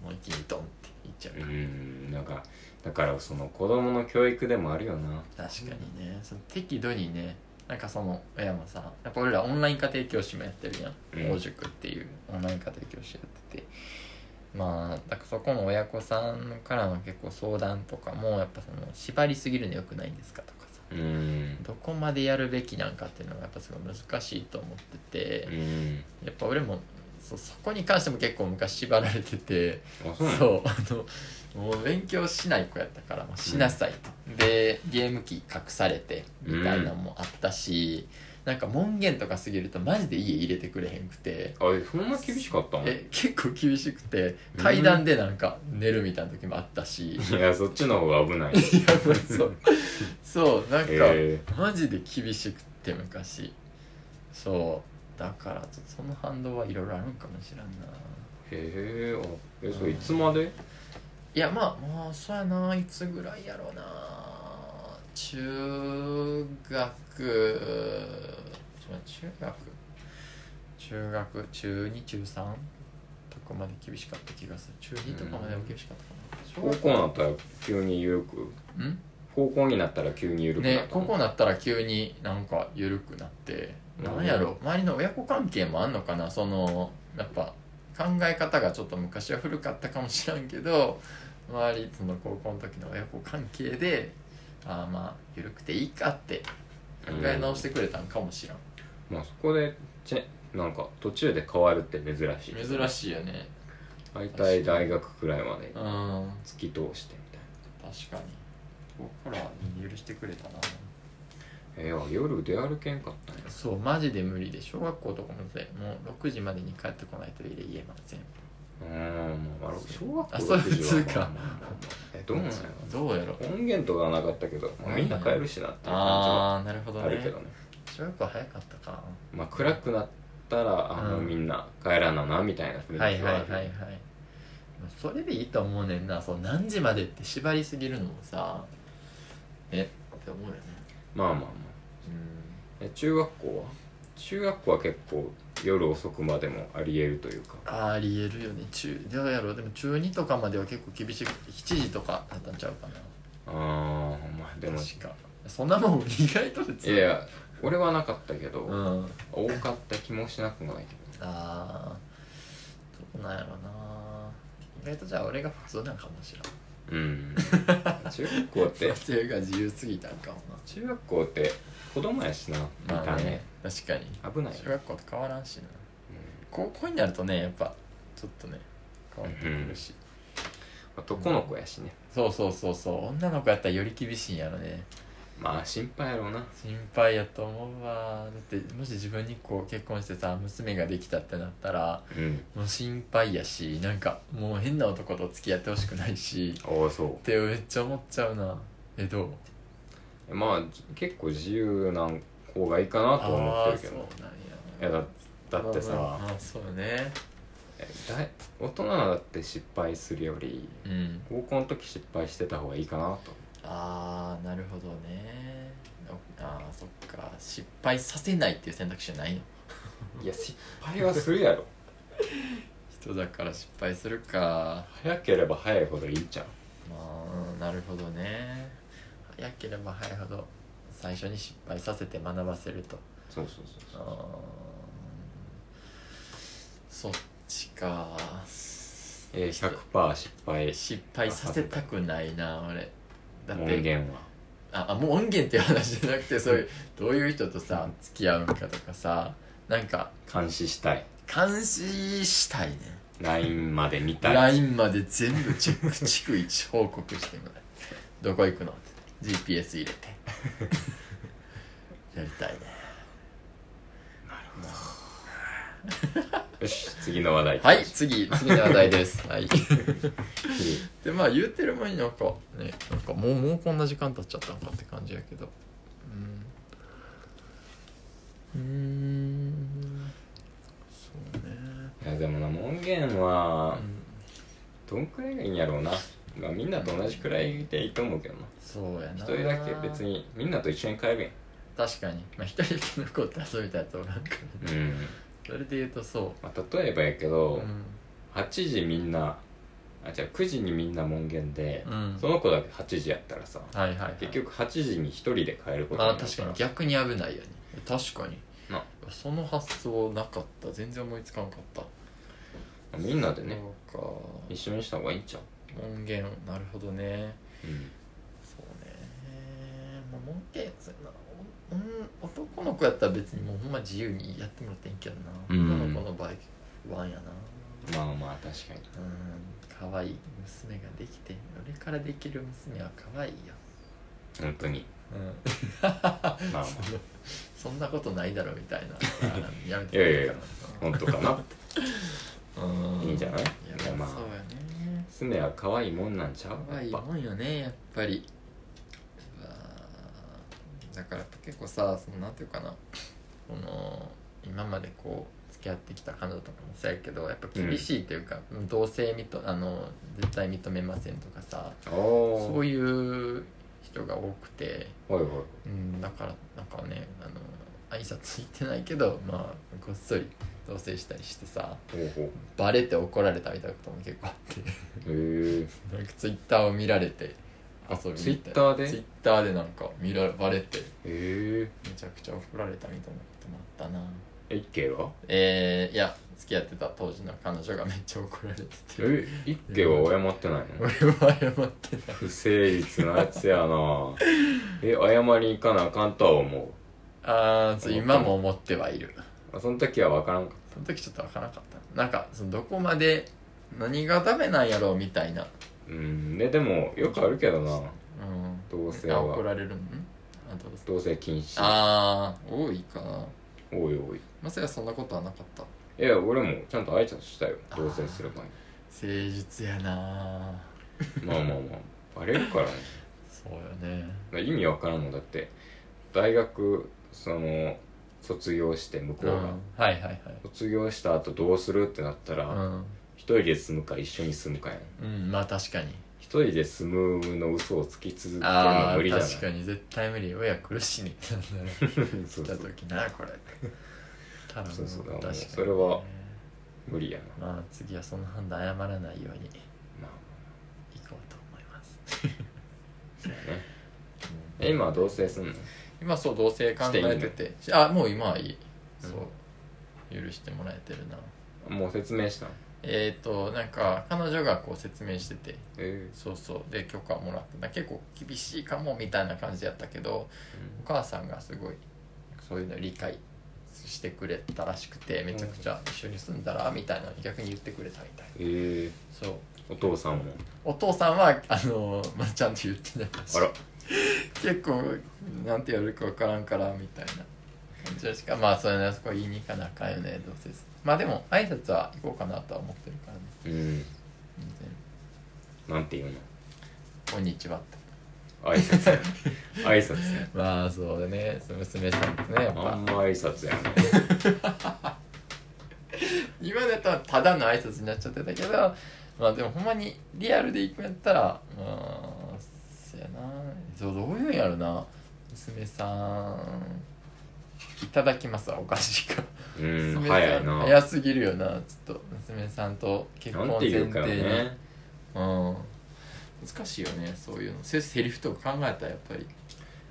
[SPEAKER 2] もう一気にドンっていっちゃう
[SPEAKER 1] う
[SPEAKER 2] から、
[SPEAKER 1] んなんかだからその子供の教育でもあるよな
[SPEAKER 2] 確かにねその適度にねなんかその親もさやっぱ俺らオンライン家庭教師もやってるやん、
[SPEAKER 1] うん
[SPEAKER 2] 大塾っていうオンライン家庭教師やっててまあだからそこの親子さんからの結構相談とかもやっぱその縛りすぎるの良くないんですかとかさ
[SPEAKER 1] うん
[SPEAKER 2] どこまでやるべきなんかっていうのがやっぱすごい難しいと思ってて
[SPEAKER 1] うん
[SPEAKER 2] やっぱ俺もそそこに関しても結構昔縛られてて。
[SPEAKER 1] あそうなの
[SPEAKER 2] そうあのもう勉強しない子やったからもうしなさいと、でゲーム機隠されてみたいなのもあったし、なんか門限とか過ぎるとマジで家入れてくれへんくて
[SPEAKER 1] あえそんな厳しかったのい
[SPEAKER 2] え結構厳しくて
[SPEAKER 1] うん
[SPEAKER 2] 階段でなんか寝るみたいな時もあったし、い
[SPEAKER 1] やそっちの方が危ない
[SPEAKER 2] やもう そう そうなんか、
[SPEAKER 1] え
[SPEAKER 2] マジで厳しくて昔そうだからちょっとその反動はいろいろあるんかもしれんな
[SPEAKER 1] ー、えー、あえそれいつまで
[SPEAKER 2] いやまあまあそうやないつぐらいやろうな中学中学中学中2中3とかまで厳しかった気がする中2とかまでも厳しかったか
[SPEAKER 1] 高校
[SPEAKER 2] な
[SPEAKER 1] になったら急に緩く
[SPEAKER 2] うん
[SPEAKER 1] 高校になったら急に緩くなった
[SPEAKER 2] ね高校になったら急になんか緩くなって
[SPEAKER 1] うん
[SPEAKER 2] なんやろ周りの親子関係もあんのかなそのやっぱ考え方がちょっと昔は古かったかもしらんけど周りその高校の時の親子関係でああまあ緩くていいかって考え直してくれたんかもしらん
[SPEAKER 1] まあそこでチェなんか途中で変わるって珍しい
[SPEAKER 2] 珍しいよね
[SPEAKER 1] 大体大学くらいまで
[SPEAKER 2] うん
[SPEAKER 1] 突き通してみたい
[SPEAKER 2] 確かにこから許してくれたな
[SPEAKER 1] えー、夜出歩けんかったんや
[SPEAKER 2] そうマジで無理で小学校とかもでもう6時までに帰ってこないと家で言えません
[SPEAKER 1] うーんまあ小学校
[SPEAKER 2] あそう
[SPEAKER 1] 6時は
[SPEAKER 2] 普通か
[SPEAKER 1] まあまあまあまあえどうなんやろ
[SPEAKER 2] どうやろう
[SPEAKER 1] 音源とかはなかったけど、まあ、みんな帰るしなっていう感
[SPEAKER 2] ああなるほ
[SPEAKER 1] じ
[SPEAKER 2] ど
[SPEAKER 1] は
[SPEAKER 2] ね
[SPEAKER 1] あるけどね
[SPEAKER 2] 小学校早かったか
[SPEAKER 1] まあ暗くなったらあの、
[SPEAKER 2] うん
[SPEAKER 1] みんな帰らななみたいな雰
[SPEAKER 2] なは
[SPEAKER 1] 囲
[SPEAKER 2] い
[SPEAKER 1] 気
[SPEAKER 2] はい
[SPEAKER 1] はあ
[SPEAKER 2] は
[SPEAKER 1] る
[SPEAKER 2] いはいそれでいいと思うねんなそう何時までって縛りすぎるのもさえって思うよね
[SPEAKER 1] まあまあまあえ中学校は中学校は結構夜遅くまでもありえるというか
[SPEAKER 2] あーありえるよね中どうやろうでも中2とかまでは結構厳しくて7時とかだったんちゃうかな
[SPEAKER 1] ああまあでも
[SPEAKER 2] 確かそんなもん意外と別
[SPEAKER 1] いやいや俺はなかったけど、
[SPEAKER 2] うんあ
[SPEAKER 1] 多かった気もしなくもないけど
[SPEAKER 2] あーどうなんやろな意外とじゃあ俺が普通なんかもしれん
[SPEAKER 1] うん 中学校って
[SPEAKER 2] 撮影が自由すぎたんかもな
[SPEAKER 1] 中学校って子供やしな見
[SPEAKER 2] ま
[SPEAKER 1] た
[SPEAKER 2] あ
[SPEAKER 1] ね
[SPEAKER 2] ね確かに
[SPEAKER 1] 危ない
[SPEAKER 2] 小学校と変わらんしな
[SPEAKER 1] うん
[SPEAKER 2] 高校になるとねやっぱちょっとね変わってくるし、
[SPEAKER 1] 男の子やしね
[SPEAKER 2] そうそうそうそう女の子やったらより厳しいんやろね
[SPEAKER 1] まあ心配やろうな
[SPEAKER 2] 心配やと思うわだってもし自分にこう結婚してさ娘ができたってなったら
[SPEAKER 1] うん
[SPEAKER 2] もう心配やしなんかもう変な男と付き合ってほしくないし
[SPEAKER 1] ああそ
[SPEAKER 2] ってめっちゃ思っちゃうなえどう
[SPEAKER 1] うまあじ結構自由な方がいいかなと思ってるけ
[SPEAKER 2] あ
[SPEAKER 1] ど
[SPEAKER 2] ーそうな
[SPEAKER 1] い
[SPEAKER 2] ん
[SPEAKER 1] や
[SPEAKER 2] や
[SPEAKER 1] だだって
[SPEAKER 2] まあま
[SPEAKER 1] さ
[SPEAKER 2] あまあそうね
[SPEAKER 1] えだい大人だって失敗するより
[SPEAKER 2] うん
[SPEAKER 1] 高校の時失敗してた方がいいかなと
[SPEAKER 2] ああなるほどねああそっか失敗させないっていう選択肢はないの
[SPEAKER 1] いや失敗はする やろ
[SPEAKER 2] 人だから失敗するか
[SPEAKER 1] 早ければ早いほどいいじゃん
[SPEAKER 2] まあなるほどね早ければ早いほど最初に失敗させて学ばせると
[SPEAKER 1] そうそうそう
[SPEAKER 2] あーそっちか
[SPEAKER 1] えー、100%失敗
[SPEAKER 2] 失敗させたくないな俺だっ
[SPEAKER 1] 音
[SPEAKER 2] て
[SPEAKER 1] 源は
[SPEAKER 2] ああもう音源っていう話じゃなくてそういうどういう人とさ付き合うんかとかさなんか
[SPEAKER 1] 監視したい
[SPEAKER 2] 監視したいね
[SPEAKER 1] LINE まで見たい
[SPEAKER 2] LINE まで全部チェック逐一報告しても らうどこ行くのって GPS 入れて やりたいね
[SPEAKER 1] よし次の話題
[SPEAKER 2] はい次次の話題です はい
[SPEAKER 1] 次
[SPEAKER 2] でまあ言うてる前になんかねなんかもうもうこんな時間経っちゃったのかって感じやけどうんうーんそうね
[SPEAKER 1] いやでもな音源は
[SPEAKER 2] うん
[SPEAKER 1] どんくらいがいいんやろうな、まあ、みんなと同じくらいでいいと思うけどな
[SPEAKER 2] そうや
[SPEAKER 1] 一
[SPEAKER 2] な
[SPEAKER 1] 人だけ別にみんなと一緒に帰るやん
[SPEAKER 2] 確かにまあ一人だけ残って遊びたいとなんか
[SPEAKER 1] うん、
[SPEAKER 2] それで言うとそ
[SPEAKER 1] まあ、例えばやけ
[SPEAKER 2] う
[SPEAKER 1] ど、
[SPEAKER 2] うん
[SPEAKER 1] 8時みんなあじゃあ9時にみんな音源で、
[SPEAKER 2] うん
[SPEAKER 1] その子だけ8時やったらさ
[SPEAKER 2] はいはい、はい、
[SPEAKER 1] 結局8時に1人で帰ること
[SPEAKER 2] まあ
[SPEAKER 1] なる
[SPEAKER 2] 確かに逆に危ないよね確かに
[SPEAKER 1] な
[SPEAKER 2] その発想なかった全然思いつかんかった
[SPEAKER 1] みんなでね
[SPEAKER 2] そうか
[SPEAKER 1] 一緒にした方がいいんちゃう、
[SPEAKER 2] 門限なるほどね
[SPEAKER 1] うん、
[SPEAKER 2] そうねまあ門限そんなおお男の子やったら別にもうほんま自由にやってもらっていいけどな、
[SPEAKER 1] うん
[SPEAKER 2] 女の子の場合不安やな
[SPEAKER 1] まあまあ確かに
[SPEAKER 2] うん可愛い娘ができて俺からできる娘は可愛いよ
[SPEAKER 1] 本当に
[SPEAKER 2] うん
[SPEAKER 1] まあまあ
[SPEAKER 2] そんなことないだろみ たいなやめて
[SPEAKER 1] いやいやいや
[SPEAKER 2] くれ
[SPEAKER 1] 本当か な
[SPEAKER 2] かなうん
[SPEAKER 1] いいんじゃない
[SPEAKER 2] やっぱ
[SPEAKER 1] まあ
[SPEAKER 2] そうやね
[SPEAKER 1] 娘は可愛いもんなんちゃう
[SPEAKER 2] 可愛い
[SPEAKER 1] やっぱ
[SPEAKER 2] もんよねやっぱりうわーだから結構さそのなんていうかなこの今までこう付き合ってきた彼女とかもそうやけどやっぱ厳しいというか、同性みとあの絶対認めませんとかさ
[SPEAKER 1] おー
[SPEAKER 2] そういう人が多くて
[SPEAKER 1] おいおい
[SPEAKER 2] うん、だからなんかねあの挨拶行ってないけどまあごっそり同棲したりしてさ
[SPEAKER 1] ほうほう
[SPEAKER 2] バレて怒られたみたいなことも結構あっ
[SPEAKER 1] へえ
[SPEAKER 2] て なんかツイッターを見られて遊びに行ったり
[SPEAKER 1] Twitter で
[SPEAKER 2] ツイッターでなんか見られバレて
[SPEAKER 1] へ
[SPEAKER 2] めちゃくちゃ怒られたみたいなこともあったな
[SPEAKER 1] え一家は
[SPEAKER 2] えー、いや付き合ってた当時の彼女がめっちゃ怒られてて
[SPEAKER 1] え一家は謝ってない
[SPEAKER 2] 俺
[SPEAKER 1] の
[SPEAKER 2] は謝ってない
[SPEAKER 1] 不誠実なやつや なえ謝りに行かなあかんとは思
[SPEAKER 2] ああ今も思ってはいる
[SPEAKER 1] うその時は分からんかっ
[SPEAKER 2] その時ちょっと分からなかったなんかそのどこまで何がダメなんやろうみたいな
[SPEAKER 1] たうんででもよくあるけどな
[SPEAKER 2] うん
[SPEAKER 1] 同棲
[SPEAKER 2] あ
[SPEAKER 1] は
[SPEAKER 2] 怒られるのんあどうぞ
[SPEAKER 1] 同棲禁止
[SPEAKER 2] ああ多いかな
[SPEAKER 1] おいおい
[SPEAKER 2] まさかそんなことはなかった
[SPEAKER 1] いや俺もちゃんと挨拶したよ同棲する前に
[SPEAKER 2] 誠実やな
[SPEAKER 1] まあまあまあバレるからね
[SPEAKER 2] そうよね
[SPEAKER 1] 意味わからんもんだって大学その卒業して向こう
[SPEAKER 2] うん
[SPEAKER 1] が、
[SPEAKER 2] はいはいはい
[SPEAKER 1] 卒業した後どうするってなったら、
[SPEAKER 2] うん、
[SPEAKER 1] 一人で住むか一緒に住むかやん
[SPEAKER 2] うん、まあ確かに
[SPEAKER 1] 一人で住むの嘘をつき続けるの
[SPEAKER 2] ああ
[SPEAKER 1] 無理じゃない
[SPEAKER 2] 確かに絶対無理親苦しい ね
[SPEAKER 1] そ
[SPEAKER 2] 来
[SPEAKER 1] う そ
[SPEAKER 2] た
[SPEAKER 1] う
[SPEAKER 2] 時なこれただ
[SPEAKER 1] そうそうだ
[SPEAKER 2] も
[SPEAKER 1] か
[SPEAKER 2] う確
[SPEAKER 1] らも
[SPEAKER 2] か
[SPEAKER 1] う
[SPEAKER 2] に
[SPEAKER 1] それは無理やな
[SPEAKER 2] まあ次はその判断謝らないように
[SPEAKER 1] まあ
[SPEAKER 2] 行こうと思います、
[SPEAKER 1] そうやね
[SPEAKER 2] うん
[SPEAKER 1] え今は同棲すんの
[SPEAKER 2] 今そう同棲考えててあもう今はいいそう許してもらえてるな
[SPEAKER 1] もう説明したん
[SPEAKER 2] えっ、となんか彼女がこう説明してて
[SPEAKER 1] え
[SPEAKER 2] そうそうで許可をもらって結構厳しいかもみたいな感じやったけど
[SPEAKER 1] え
[SPEAKER 2] お母さんがすごいそういうの理解してくれたらしくてめちゃくちゃ一緒に住んだらみたいなの逆に言ってくれたみたいな
[SPEAKER 1] え
[SPEAKER 2] そう
[SPEAKER 1] お父さんも
[SPEAKER 2] お父さんはあの、まあ、ちゃんと言ってないらしい
[SPEAKER 1] あら
[SPEAKER 2] 結構なんてやるか分からんからみたいな感じらしかまあそれねそこ言いに行かなあかんよねどうせまあでも挨拶は行こうかなとは思ってるからね
[SPEAKER 1] うん
[SPEAKER 2] 全然
[SPEAKER 1] なんて言う
[SPEAKER 2] こんにちはって
[SPEAKER 1] の挨拶や挨拶や
[SPEAKER 2] まあそうだねその娘さんってねやっ
[SPEAKER 1] あ
[SPEAKER 2] ぱ
[SPEAKER 1] んま挨拶やね
[SPEAKER 2] 今だったらただの挨拶になっちゃってたけどまあでもほんまにリアルで行くんやったらうーんそやなどどういうんやろな娘さんいただきますはおかしいか
[SPEAKER 1] うん
[SPEAKER 2] 娘さん
[SPEAKER 1] 早いな
[SPEAKER 2] 早すぎるよなちょっと娘さんと結
[SPEAKER 1] な
[SPEAKER 2] 婚
[SPEAKER 1] ん
[SPEAKER 2] 前
[SPEAKER 1] て
[SPEAKER 2] 提
[SPEAKER 1] 言
[SPEAKER 2] に
[SPEAKER 1] うかよね
[SPEAKER 2] うん難しいよねそういうのせセリフとか考えたらやっぱり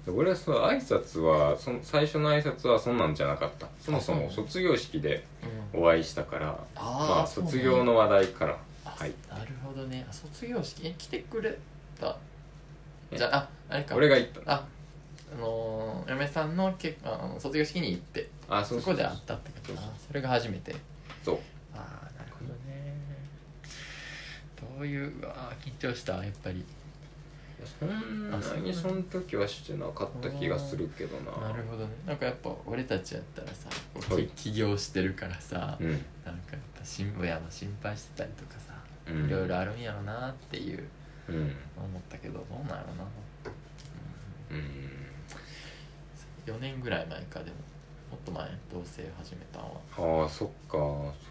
[SPEAKER 1] 俺はその挨拶はその最初の挨拶はそんなんじゃなかったそもそ
[SPEAKER 2] あ
[SPEAKER 1] も
[SPEAKER 2] そう
[SPEAKER 1] 卒業式でお会いしたから
[SPEAKER 2] あー
[SPEAKER 1] まあ
[SPEAKER 2] そうなん
[SPEAKER 1] 卒
[SPEAKER 2] や
[SPEAKER 1] 業の話題から
[SPEAKER 2] あ
[SPEAKER 1] はい
[SPEAKER 2] なるほどねあ卒業式え来てくれた
[SPEAKER 1] え
[SPEAKER 2] じゃあああれか
[SPEAKER 1] 俺が行ったの
[SPEAKER 2] ああのー嫁さんの結あの卒業式に行って
[SPEAKER 1] あ
[SPEAKER 2] そ
[SPEAKER 1] そう
[SPEAKER 2] こ
[SPEAKER 1] そう
[SPEAKER 2] で
[SPEAKER 1] そう
[SPEAKER 2] 会ったってこと
[SPEAKER 1] そう
[SPEAKER 2] か
[SPEAKER 1] そう
[SPEAKER 2] それが初めて
[SPEAKER 1] そう
[SPEAKER 2] ああなるほどねどういううわー緊張したやっぱり
[SPEAKER 1] そんな
[SPEAKER 2] あそうなん
[SPEAKER 1] に
[SPEAKER 2] や
[SPEAKER 1] その時はしてなかった気がするけどな
[SPEAKER 2] なるほどねなんかやっぱ俺たちやったらさこう、
[SPEAKER 1] はい
[SPEAKER 2] 起起業してるからさ、
[SPEAKER 1] うん
[SPEAKER 2] なんかやっぱ新親の心配してたりとかさ
[SPEAKER 1] うん
[SPEAKER 2] いろいろあるんやろなっていう
[SPEAKER 1] うん
[SPEAKER 2] 思ったけどどうなんやろな
[SPEAKER 1] うん
[SPEAKER 2] 4年ぐらい前かでももっと前同棲始めたんは、
[SPEAKER 1] ああそっか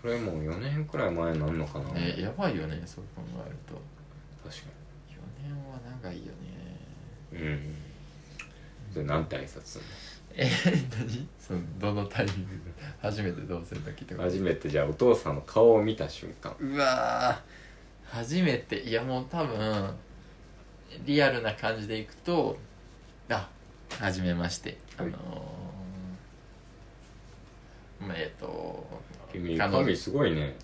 [SPEAKER 1] それもう4年くらい前になんのかな
[SPEAKER 2] えやばいよねそう考えると
[SPEAKER 1] 確か
[SPEAKER 2] 4年は長いよね
[SPEAKER 1] にうんそれなんて挨拶すん
[SPEAKER 2] え何そのどのタイミングで初めて同棲の時ってこ
[SPEAKER 1] の
[SPEAKER 2] と
[SPEAKER 1] 初めてじゃあお父さんの顔を見た瞬間
[SPEAKER 2] うわー初めていやもう多分リアルな感じでいくとあはじめまして、
[SPEAKER 1] はい
[SPEAKER 2] あのーまあえっ、と
[SPEAKER 1] 君
[SPEAKER 2] 彼女
[SPEAKER 1] 髪すごいね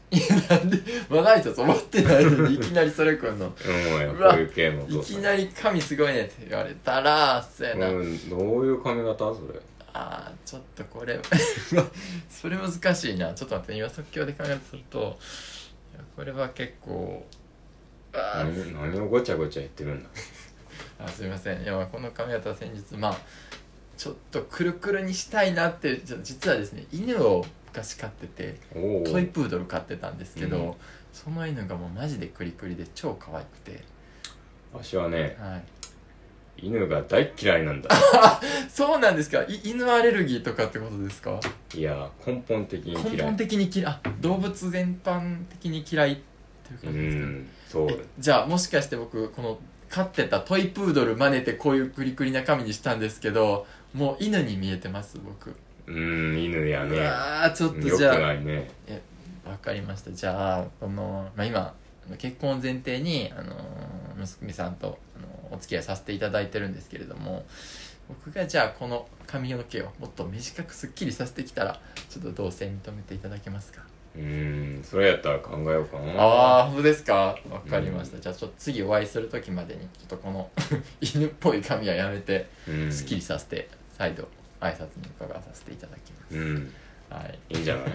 [SPEAKER 2] なんで まだ挨拶終わってないのにいきなりそれくん
[SPEAKER 1] う
[SPEAKER 2] の
[SPEAKER 1] ん
[SPEAKER 2] う
[SPEAKER 1] こ
[SPEAKER 2] わ
[SPEAKER 1] ういう系のお
[SPEAKER 2] い
[SPEAKER 1] 父
[SPEAKER 2] き
[SPEAKER 1] さん
[SPEAKER 2] なり「髪すごいね」って言われたらそうやな、
[SPEAKER 1] うん、どういう髪型それ
[SPEAKER 2] あーちょっとこれ それ難しいなちょっと待って今即興で考えるとするといやこれは結構あー
[SPEAKER 1] 何何をごちゃごちゃ言ってるんだ
[SPEAKER 2] あすみませんいやまあこの髪型は先日まあちょっとくるくるにしたいなってじゃ実はですね犬を昔飼ってて
[SPEAKER 1] おお
[SPEAKER 2] トイプードル飼ってたんですけど、
[SPEAKER 1] うん
[SPEAKER 2] その犬がもうマジでクリクリで超可愛くて、
[SPEAKER 1] わしはね
[SPEAKER 2] はい、
[SPEAKER 1] 犬が大嫌いなんだ
[SPEAKER 2] そうなんですかい犬アレルギーとかってことですか
[SPEAKER 1] いや根本的に
[SPEAKER 2] 根
[SPEAKER 1] 嫌い
[SPEAKER 2] 本的に嫌いあ動物全般的に嫌いっていう
[SPEAKER 1] う
[SPEAKER 2] 感じですか、
[SPEAKER 1] んそう
[SPEAKER 2] えじゃあもしかして僕この飼ってたトイプードル真似てこういうクリクリな髪にしたんですけどもう犬に見えてます僕
[SPEAKER 1] うん犬や
[SPEAKER 2] う
[SPEAKER 1] ね
[SPEAKER 2] わーちょっと
[SPEAKER 1] よく
[SPEAKER 2] じゃ
[SPEAKER 1] ないね
[SPEAKER 2] あわかりましたじゃあこの、まあ、今結婚を前提に、あのー娘さんと、あのーお付き合いさせていただいてるんですけれども僕がじゃあこの髪の毛をもっと短くすっきりさせてきたらちょっと同棲認めていただけますか
[SPEAKER 1] うんそれやったら考えようかな
[SPEAKER 2] ああ本当ですかわかりました、じゃあちょっと次お会いする時までにちょっとこの 犬っぽい髪はやめて
[SPEAKER 1] うん
[SPEAKER 2] すっきりさせて再度挨拶に伺わさせていただきます、
[SPEAKER 1] うん
[SPEAKER 2] はい
[SPEAKER 1] いいんじゃ ない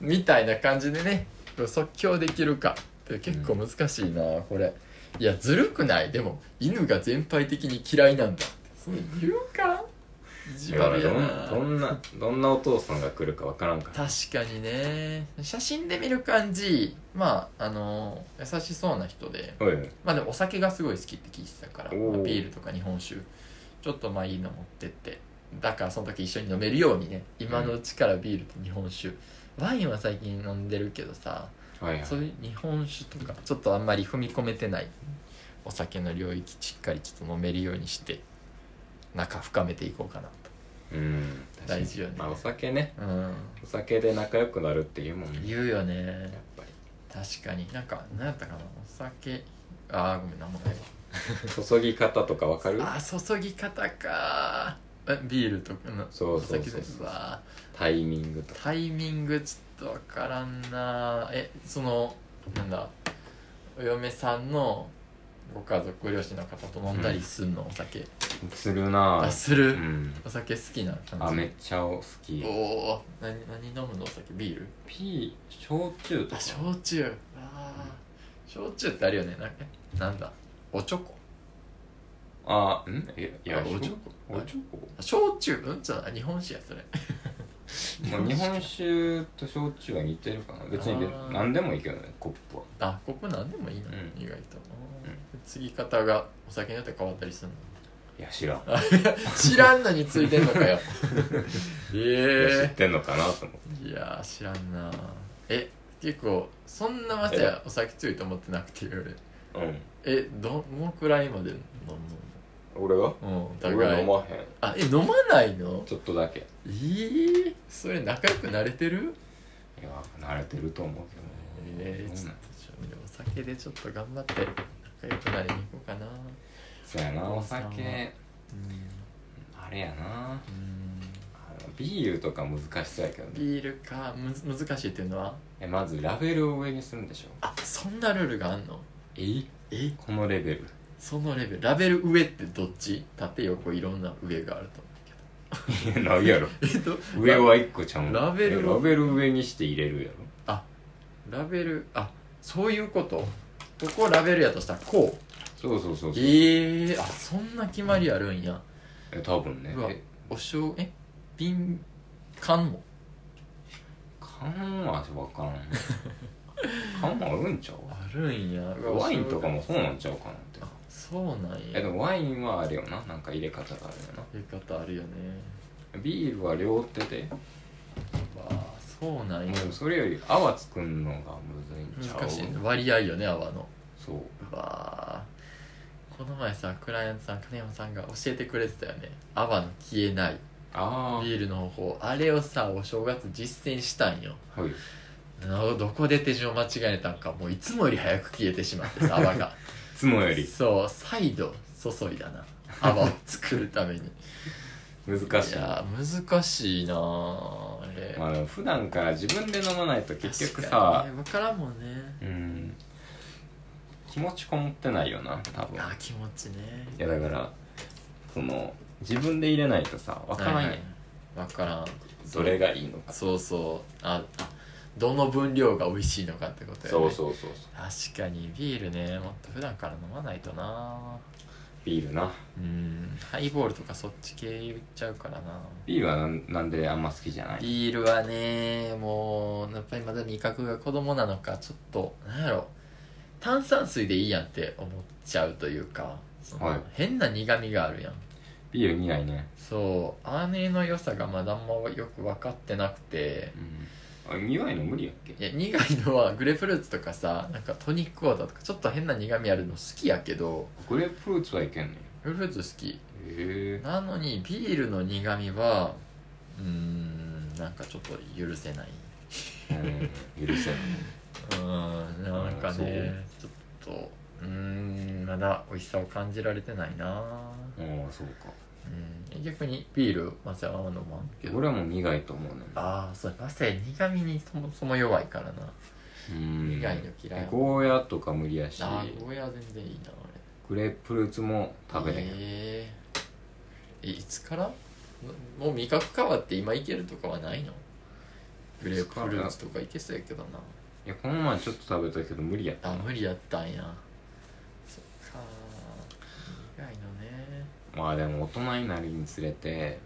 [SPEAKER 2] みたいな感じでね即興できるかって結構難しいな、これいやずるくないでも犬が全体的に嫌いなんだってそう言うか意地
[SPEAKER 1] だから
[SPEAKER 2] 悪や
[SPEAKER 1] ど
[SPEAKER 2] なん
[SPEAKER 1] どんなどんなお父さんが来るかわからんから
[SPEAKER 2] 確かにね写真で見る感じまああの優しそうな人で
[SPEAKER 1] おいおい
[SPEAKER 2] まあでもお酒がすごい好きって聞いてたから、
[SPEAKER 1] おー
[SPEAKER 2] まあビールとか日本酒ちょっとまあいいの持ってってだからその時一緒に飲めるようにね今のうちからビールと日本酒、ワインは最近飲んでるけどさ
[SPEAKER 1] はいはい
[SPEAKER 2] そういう日本酒とかちょっとあんまり踏み込めてないお酒の領域しっかりちょっと飲めるようにして仲深めていこうかな
[SPEAKER 1] うん確かに
[SPEAKER 2] 大事よね
[SPEAKER 1] まあお酒ね
[SPEAKER 2] とうん
[SPEAKER 1] お酒で仲良くなるっていうもんね
[SPEAKER 2] 言うよ
[SPEAKER 1] やっ
[SPEAKER 2] ね
[SPEAKER 1] ぱり
[SPEAKER 2] 確かになんか何やったかなお酒ああごめん何もないわ
[SPEAKER 1] 注ぎ方とかわかる
[SPEAKER 2] あー注ぎ方かえビールとかの
[SPEAKER 1] そうそうそう
[SPEAKER 2] お酒ですわ
[SPEAKER 1] タイミングとか
[SPEAKER 2] タイミングちょっとわからんなえそのなんだお嫁さんのご家族ご両親の方と飲んだりすんの、お酒
[SPEAKER 1] するな
[SPEAKER 2] あ
[SPEAKER 1] ぁ
[SPEAKER 2] す
[SPEAKER 1] う
[SPEAKER 2] る、
[SPEAKER 1] ん
[SPEAKER 2] お酒好きな感じ
[SPEAKER 1] あめっちゃお好き
[SPEAKER 2] おお何何飲むのお酒ビール
[SPEAKER 1] P 焼酎と
[SPEAKER 2] あ
[SPEAKER 1] か
[SPEAKER 2] 焼酎あー焼酎ってあるよねなんかなんだおちょこ
[SPEAKER 1] あんいや
[SPEAKER 2] あ
[SPEAKER 1] いや
[SPEAKER 2] おちょこ
[SPEAKER 1] おちょこ
[SPEAKER 2] あ焼酎うんじゃあ日本酒やそれ
[SPEAKER 1] まあ日本酒と焼酎は似てるかな別に別
[SPEAKER 2] あー
[SPEAKER 1] 何でもいいけどねコップは
[SPEAKER 2] あここ何でもいいな、
[SPEAKER 1] うん
[SPEAKER 2] 意外と、
[SPEAKER 1] う
[SPEAKER 2] 継ぎ方がお酒によって変わったりするの
[SPEAKER 1] いや知らん、
[SPEAKER 2] あいや知らんのについてんの かよ
[SPEAKER 1] いや知っ
[SPEAKER 2] え
[SPEAKER 1] てんのかなと思って
[SPEAKER 2] えいや知らんなえ結構そんなまさやお酒ついと思ってなくて俺
[SPEAKER 1] う
[SPEAKER 2] えどのくらいまで飲
[SPEAKER 1] ん俺は
[SPEAKER 2] むのうんお
[SPEAKER 1] 俺
[SPEAKER 2] 互
[SPEAKER 1] 飲
[SPEAKER 2] い
[SPEAKER 1] まへん
[SPEAKER 2] あえ飲まないの
[SPEAKER 1] ちょっとだけい
[SPEAKER 2] えー、それ仲良くなれてる
[SPEAKER 1] や慣れてると思うけどね
[SPEAKER 2] ええ
[SPEAKER 1] うん
[SPEAKER 2] ちょっとちょでもお酒でちょっと頑張って仲良くなりに行こうかな
[SPEAKER 1] そうやなお酒
[SPEAKER 2] う
[SPEAKER 1] あれやなん
[SPEAKER 2] うん
[SPEAKER 1] あのビールとか難しそうやけどね
[SPEAKER 2] ビールかむず難しいっていうのは
[SPEAKER 1] えまずラベルを上にするんでしょ
[SPEAKER 2] あそんなルールがあんの
[SPEAKER 1] え
[SPEAKER 2] え
[SPEAKER 1] このレベル
[SPEAKER 2] そのレベルラベル上ってどっち縦横いろんな上があると
[SPEAKER 1] いやないやろ
[SPEAKER 2] 思うけどえっと
[SPEAKER 1] 上は1個ちゃうん
[SPEAKER 2] ラベル
[SPEAKER 1] えラベル上にして入れるやろ
[SPEAKER 2] あラベルあそういうことここラベルやとしたらこう
[SPEAKER 1] そうそうそうそう
[SPEAKER 2] ええあそんな決まりあるんや
[SPEAKER 1] え多分ね
[SPEAKER 2] うわ
[SPEAKER 1] え
[SPEAKER 2] おしょうえ瓶缶も
[SPEAKER 1] 缶は分から ん缶もあるんちゃう
[SPEAKER 2] あるんや
[SPEAKER 1] ワインとかもそうなん
[SPEAKER 2] じ
[SPEAKER 1] ちゃうかなって
[SPEAKER 2] ゃそうなんや
[SPEAKER 1] えでもワインはあれよななんか入れ方があるよ
[SPEAKER 2] 言い方あるよね
[SPEAKER 1] なビールは両手で
[SPEAKER 2] わあそうなんや
[SPEAKER 1] もうそれより泡作んのがむずいんちゃう
[SPEAKER 2] 難しいね割合よね泡の
[SPEAKER 1] そう
[SPEAKER 2] わあこの前さクライアントさん金山さんが教えてくれてたよね泡の消えない
[SPEAKER 1] あ
[SPEAKER 2] ビールの方法あれをさお正月実践したんよ
[SPEAKER 1] あはい
[SPEAKER 2] などこで手順を間違えたんかもういつもより早く消えてしまってさ泡が
[SPEAKER 1] いつもより
[SPEAKER 2] そう再度注いだな泡を作る ために
[SPEAKER 1] 難しい
[SPEAKER 2] いやー難しいなああれ、
[SPEAKER 1] まあ、普段から自分で飲まないと結局
[SPEAKER 2] 確か
[SPEAKER 1] さ
[SPEAKER 2] にね、分からんもんね
[SPEAKER 1] うん気持ちこもってないよな多分い
[SPEAKER 2] あー気持ちね
[SPEAKER 1] やだからその自分で入れないとさ分からんやん、
[SPEAKER 2] 分からん
[SPEAKER 1] どれがいいのか
[SPEAKER 2] そうそうああどの分量が美味しいのかってことやねう
[SPEAKER 1] そうそうそう
[SPEAKER 2] 確かにビールねもっと普段から飲まないとな
[SPEAKER 1] ビールな
[SPEAKER 2] うんハイボールとかそっち系言っちゃうからな
[SPEAKER 1] ビールはなんなんであんま好きじゃない
[SPEAKER 2] ビールはねもうやっぱりまだ味覚が子供なのかちょっとなんやろ炭酸水でいいやんって思っちゃうというかその
[SPEAKER 1] はい
[SPEAKER 2] 変な苦みがあるやん
[SPEAKER 1] ビール苦いね、
[SPEAKER 2] そう姉の良さがまだあんまよく分かってなくて
[SPEAKER 1] うん、あ苦いの無理やっけ
[SPEAKER 2] いや苦いのはグレープフルーツとかさなんかトニックウォーターとかちょっと変な苦味あるの好きやけど
[SPEAKER 1] グレープフルーツはいけんね
[SPEAKER 2] グレープフルーツ好き
[SPEAKER 1] へえ
[SPEAKER 2] なのにビールの苦味はうーんなんかちょっと許せないう
[SPEAKER 1] 許せん
[SPEAKER 2] うーんなんかね
[SPEAKER 1] あ
[SPEAKER 2] ちょっとうーんまだ美味しさを感じられてないな
[SPEAKER 1] ああそうか
[SPEAKER 2] うん逆にビールマセは飲まんけど
[SPEAKER 1] 俺はもう苦いと思うね
[SPEAKER 2] ああそうマセ苦味にそもそも弱いからな
[SPEAKER 1] うん
[SPEAKER 2] 苦いの嫌い
[SPEAKER 1] ゴーヤとか無理やし
[SPEAKER 2] あーゴーヤは全然いいな俺
[SPEAKER 1] グレープフルーツも食べれへん、
[SPEAKER 2] えーえいつからもう味覚変わって今いけるとかはないのグレープフルーツとかいけそうやけどない
[SPEAKER 1] やこの前ちょっと食べたけど無理やった
[SPEAKER 2] あ無理やったんやそ以外のね
[SPEAKER 1] まあでも大人になるにつれて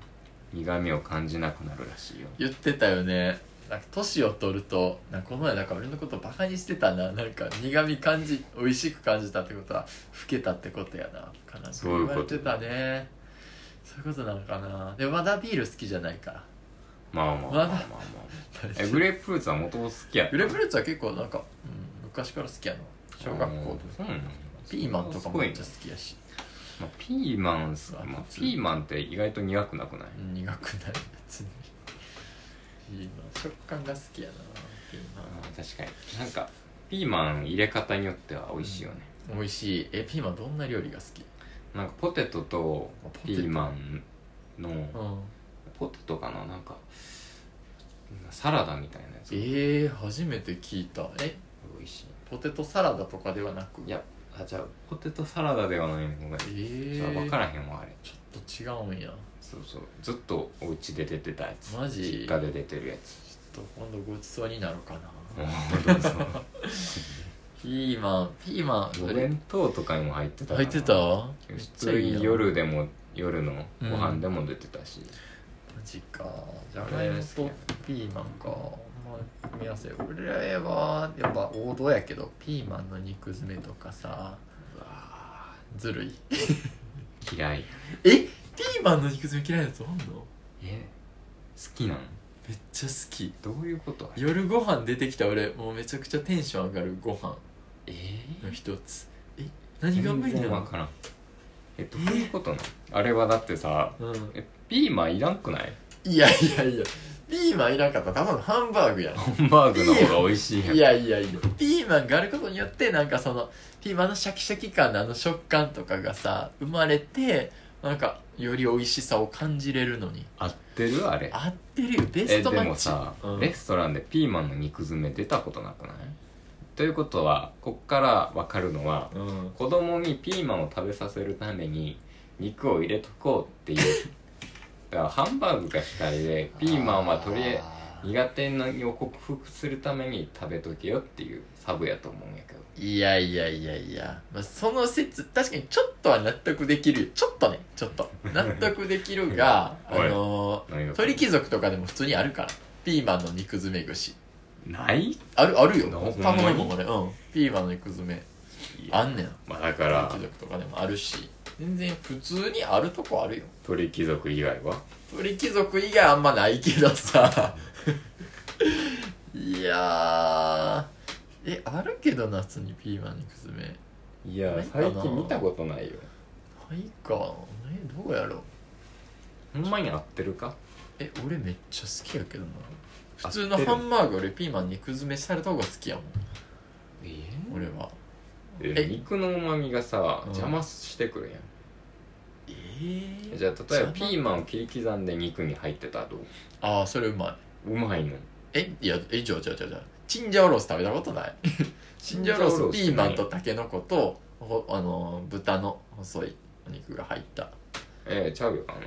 [SPEAKER 1] 苦味を感じなくなるらしいよ
[SPEAKER 2] 言ってたよねなんか年を取るとなんかこの前なんか俺のことバカにしてたななんか苦味感じ美味しく感じたってことは老けたってことやなとかなんか
[SPEAKER 1] そういう
[SPEAKER 2] 言
[SPEAKER 1] こ
[SPEAKER 2] わ
[SPEAKER 1] と
[SPEAKER 2] れてたねそういうことなのかなでもまだビール好きじゃないから
[SPEAKER 1] まあまあまあまあまあ、え グレープフルーツは元々好きやった
[SPEAKER 2] グレープフルーツは結構なんか、うん、昔から好きやな小学校
[SPEAKER 1] うん
[SPEAKER 2] と
[SPEAKER 1] そうなんだ
[SPEAKER 2] ピーマンとかも
[SPEAKER 1] すご
[SPEAKER 2] め
[SPEAKER 1] い
[SPEAKER 2] っ
[SPEAKER 1] ね
[SPEAKER 2] ちゃ好きやし、
[SPEAKER 1] まあ、ピーマンす、まあ、
[SPEAKER 2] 普通
[SPEAKER 1] ピーマンって意外と苦くなくない、
[SPEAKER 2] うん苦くない別にピーマン食感が好きやなピーマン
[SPEAKER 1] あー確かになんかピーマン入れ方によっては美味しいよね、
[SPEAKER 2] 美味しいえピーマンどんな料理が好き
[SPEAKER 1] なんかポテトとピーマンの
[SPEAKER 2] うん
[SPEAKER 1] ポテトかななんかサラダみたいなやつが
[SPEAKER 2] えー、初めて聞いたえ
[SPEAKER 1] 美味しい
[SPEAKER 2] ポテトサラダとかではなく
[SPEAKER 1] いやあじゃあポテトサラダではないのごめん、
[SPEAKER 2] え
[SPEAKER 1] じゃあ
[SPEAKER 2] ー、
[SPEAKER 1] 分からへんわあれ
[SPEAKER 2] ちょっと違うんやちょ
[SPEAKER 1] そうそうずっとお家で出てたやつ
[SPEAKER 2] マジ
[SPEAKER 1] 実家で出てるや つ
[SPEAKER 2] っと今度ごちそうになるかな
[SPEAKER 1] もうどうぞ
[SPEAKER 2] ピーマンピーマン
[SPEAKER 1] お
[SPEAKER 2] それ
[SPEAKER 1] 弁当とかにも入ってたか
[SPEAKER 2] 入
[SPEAKER 1] な
[SPEAKER 2] ってた普
[SPEAKER 1] 普通に夜でも夜のご飯でも出てたし、
[SPEAKER 2] マジかじゃがいもとピーマンかまあ組み合わせ俺らはやっぱ王道やけどピーマンの肉詰めとかさ
[SPEAKER 1] うわ
[SPEAKER 2] ずるい
[SPEAKER 1] ー嫌い
[SPEAKER 2] えピーマンの肉詰め嫌いなやつおんの
[SPEAKER 1] え好きなん
[SPEAKER 2] めっちゃ好き
[SPEAKER 1] どういうこと
[SPEAKER 2] 夜ご飯出てきた俺もうめちゃくちゃテンション上がるご飯
[SPEAKER 1] え
[SPEAKER 2] の
[SPEAKER 1] ー、
[SPEAKER 2] 一つえ何が無理な
[SPEAKER 1] 全然わ
[SPEAKER 2] の
[SPEAKER 1] からんえどういうことなのあれはだってさ
[SPEAKER 2] うん
[SPEAKER 1] えピーマンいらんくない
[SPEAKER 2] いやいやいやピーマンいらんかったらただのハンバーグやん
[SPEAKER 1] ハンバーグの方が美味しいやん
[SPEAKER 2] いやいやいやピーマンがあることによってなんかそのピーマンのシャキシャキ感のあの食感とかがさ生まれてなんかより美味しさを感じれるのに
[SPEAKER 1] 合ってるあれ
[SPEAKER 2] 合ってるよベ
[SPEAKER 1] え
[SPEAKER 2] ス
[SPEAKER 1] で
[SPEAKER 2] トマ
[SPEAKER 1] も
[SPEAKER 2] ッチ
[SPEAKER 1] さ、
[SPEAKER 2] うん
[SPEAKER 1] レストランでピーマンの肉詰め出たことなくないということはこっからわかるのは
[SPEAKER 2] うん
[SPEAKER 1] 子供にピーマンを食べさせるために肉を入れとこうっていうだからハンバーグが主体でピーマンはとりあえず
[SPEAKER 2] あ
[SPEAKER 1] 苦手なのを克服するために食べとけよっていうサブやと思うんやけど
[SPEAKER 2] ーいやいやいやいや、まあ、その説確かにちょっとは納得できるよちょっとねちょっと納得でき るがあ
[SPEAKER 1] おい
[SPEAKER 2] の
[SPEAKER 1] 何
[SPEAKER 2] ー
[SPEAKER 1] が
[SPEAKER 2] 鳥貴族とかでも普通にあるからピーマンの肉詰め串
[SPEAKER 1] ない
[SPEAKER 2] あるあるよ
[SPEAKER 1] なほんまに
[SPEAKER 2] 頼むもん俺うんピーマンの肉詰めあんねん
[SPEAKER 1] まあだか
[SPEAKER 2] 鳥
[SPEAKER 1] ら
[SPEAKER 2] 貴族とかでもあるし全然普通にあるとこあるよ
[SPEAKER 1] 鳥貴族以外は
[SPEAKER 2] 鳥貴族以外あんまないけど さいやーえあるけど夏にピーマン肉詰め
[SPEAKER 1] い
[SPEAKER 2] な
[SPEAKER 1] や
[SPEAKER 2] いかな
[SPEAKER 1] 最近見たことないよ
[SPEAKER 2] ないかえどうやろう
[SPEAKER 1] ほんまに合ってるか
[SPEAKER 2] え俺めっちゃ好きやけどな普通のハンバーグよりピーマン肉詰めされた方が好きやもん
[SPEAKER 1] え
[SPEAKER 2] 俺は
[SPEAKER 1] え
[SPEAKER 2] え
[SPEAKER 1] 肉のうまみがさ
[SPEAKER 2] うん
[SPEAKER 1] 邪魔してくるやん
[SPEAKER 2] ええ
[SPEAKER 1] じゃあ例えばピ
[SPEAKER 2] 邪魔
[SPEAKER 1] ーマンを切り刻んで肉に入ってたらどう
[SPEAKER 2] ああそれうまいう
[SPEAKER 1] まいの
[SPEAKER 2] えいやえじゃあじゃあじゃあじゃあチンジャオロース食べたことない チンジャオロースピーマンとタケノコとほあのー豚の細いお肉が入った
[SPEAKER 1] ええちゃうよあの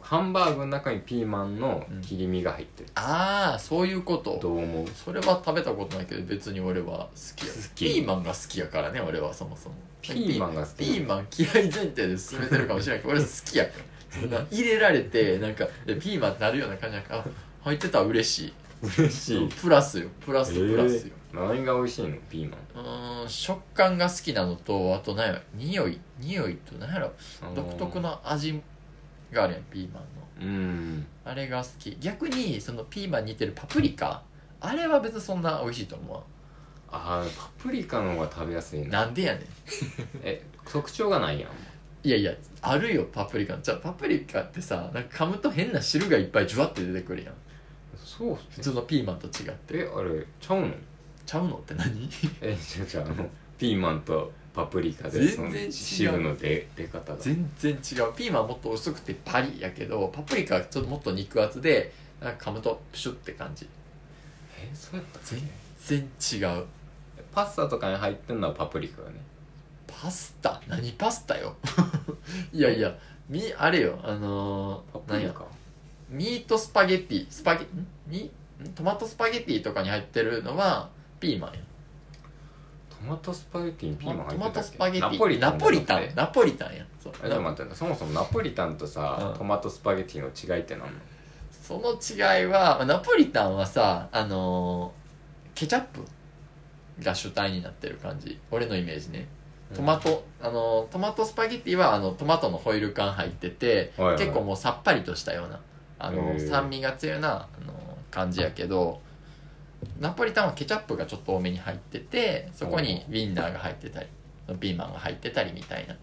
[SPEAKER 1] ハンバーグの中にピーマンの切り身が入ってる、
[SPEAKER 2] ああそういうこと
[SPEAKER 1] どう思う
[SPEAKER 2] それは食べたことないけど別に俺は好きや
[SPEAKER 1] 好き
[SPEAKER 2] ピーマンが好きやからね俺はそもそも
[SPEAKER 1] ピーマンが好き
[SPEAKER 2] ピーマン嫌い前提で進めてるかもしれないけど俺好きやからそんな入れられてなんかでピーマンってなるような感じなんかあ入ってたら嬉しい
[SPEAKER 1] 嬉しい
[SPEAKER 2] プラスよプラスプラスよ、
[SPEAKER 1] えー何が美味しいのピーマ
[SPEAKER 2] うーん食感が好きなのとあと何やろ匂い匂いと何やろ
[SPEAKER 1] ン
[SPEAKER 2] 独特の味があるやんピーマンの
[SPEAKER 1] うん
[SPEAKER 2] あれが好き逆にそのピーマンに似てるパプリカあれは別にそんな美味しいと思わ
[SPEAKER 1] あーパプリカの方が食べやすい
[SPEAKER 2] ん
[SPEAKER 1] な
[SPEAKER 2] なんでやねん
[SPEAKER 1] え特徴がないやん
[SPEAKER 2] いやいやあるよパプリカじゃあパプリカってさなんか噛むと変な汁がいっぱいジュワって出てくるやん
[SPEAKER 1] そうっす
[SPEAKER 2] 普
[SPEAKER 1] ね
[SPEAKER 2] 通のピーマンと違って
[SPEAKER 1] えあれちゃうの
[SPEAKER 2] ちゃうのっ て何
[SPEAKER 1] えじゃあじゃああのピーマンとパプリカで
[SPEAKER 2] 全然違
[SPEAKER 1] その
[SPEAKER 2] う
[SPEAKER 1] 汁の出出方が
[SPEAKER 2] 全然違うピーマンはもっと薄くてパリやけどパプリカはちょっともっと肉厚でなんか噛むとプシュって感じ
[SPEAKER 1] えそうやったっけ
[SPEAKER 2] 全全然違う
[SPEAKER 1] パスタとかに入ってんのはパプリカがね
[SPEAKER 2] パスタ何パスタよ いやいやみあれよあの
[SPEAKER 1] パ
[SPEAKER 2] ー、
[SPEAKER 1] プ
[SPEAKER 2] 何
[SPEAKER 1] リ
[SPEAKER 2] や
[SPEAKER 1] カ
[SPEAKER 2] ミートスパゲッティスパゲんみんトマトスパゲッティとかに入ってるのはピーマンや
[SPEAKER 1] トマトスパゲティにピーマン
[SPEAKER 2] ト
[SPEAKER 1] 入
[SPEAKER 2] マ
[SPEAKER 1] ってた
[SPEAKER 2] ト
[SPEAKER 1] っ
[SPEAKER 2] ス
[SPEAKER 1] け
[SPEAKER 2] パゲテ
[SPEAKER 1] ナ
[SPEAKER 2] ィ
[SPEAKER 1] ポリタン
[SPEAKER 2] ナポリタ
[SPEAKER 1] だっ
[SPEAKER 2] ン
[SPEAKER 1] て
[SPEAKER 2] ナポリタンやそう
[SPEAKER 1] えでも待ってそもそもナポリタンとさ、
[SPEAKER 2] うん
[SPEAKER 1] トマトスパゲティの違いって何なの
[SPEAKER 2] その違いはナポリタンはさあのーケチャップが主体になってる感じ俺のイメージねトマト、あのートマトスパゲティはあのトマトのホイル感入ってて、
[SPEAKER 1] はいはい
[SPEAKER 2] 結構もうさっぱりとしたようなあの
[SPEAKER 1] へ
[SPEAKER 2] ー
[SPEAKER 1] ー
[SPEAKER 2] 酸味が強いな、あのー感じやけどナポリタンはケチャップがちょっと多めに入っててそこにウインナーが入ってたりピーマンが入ってたりみたいな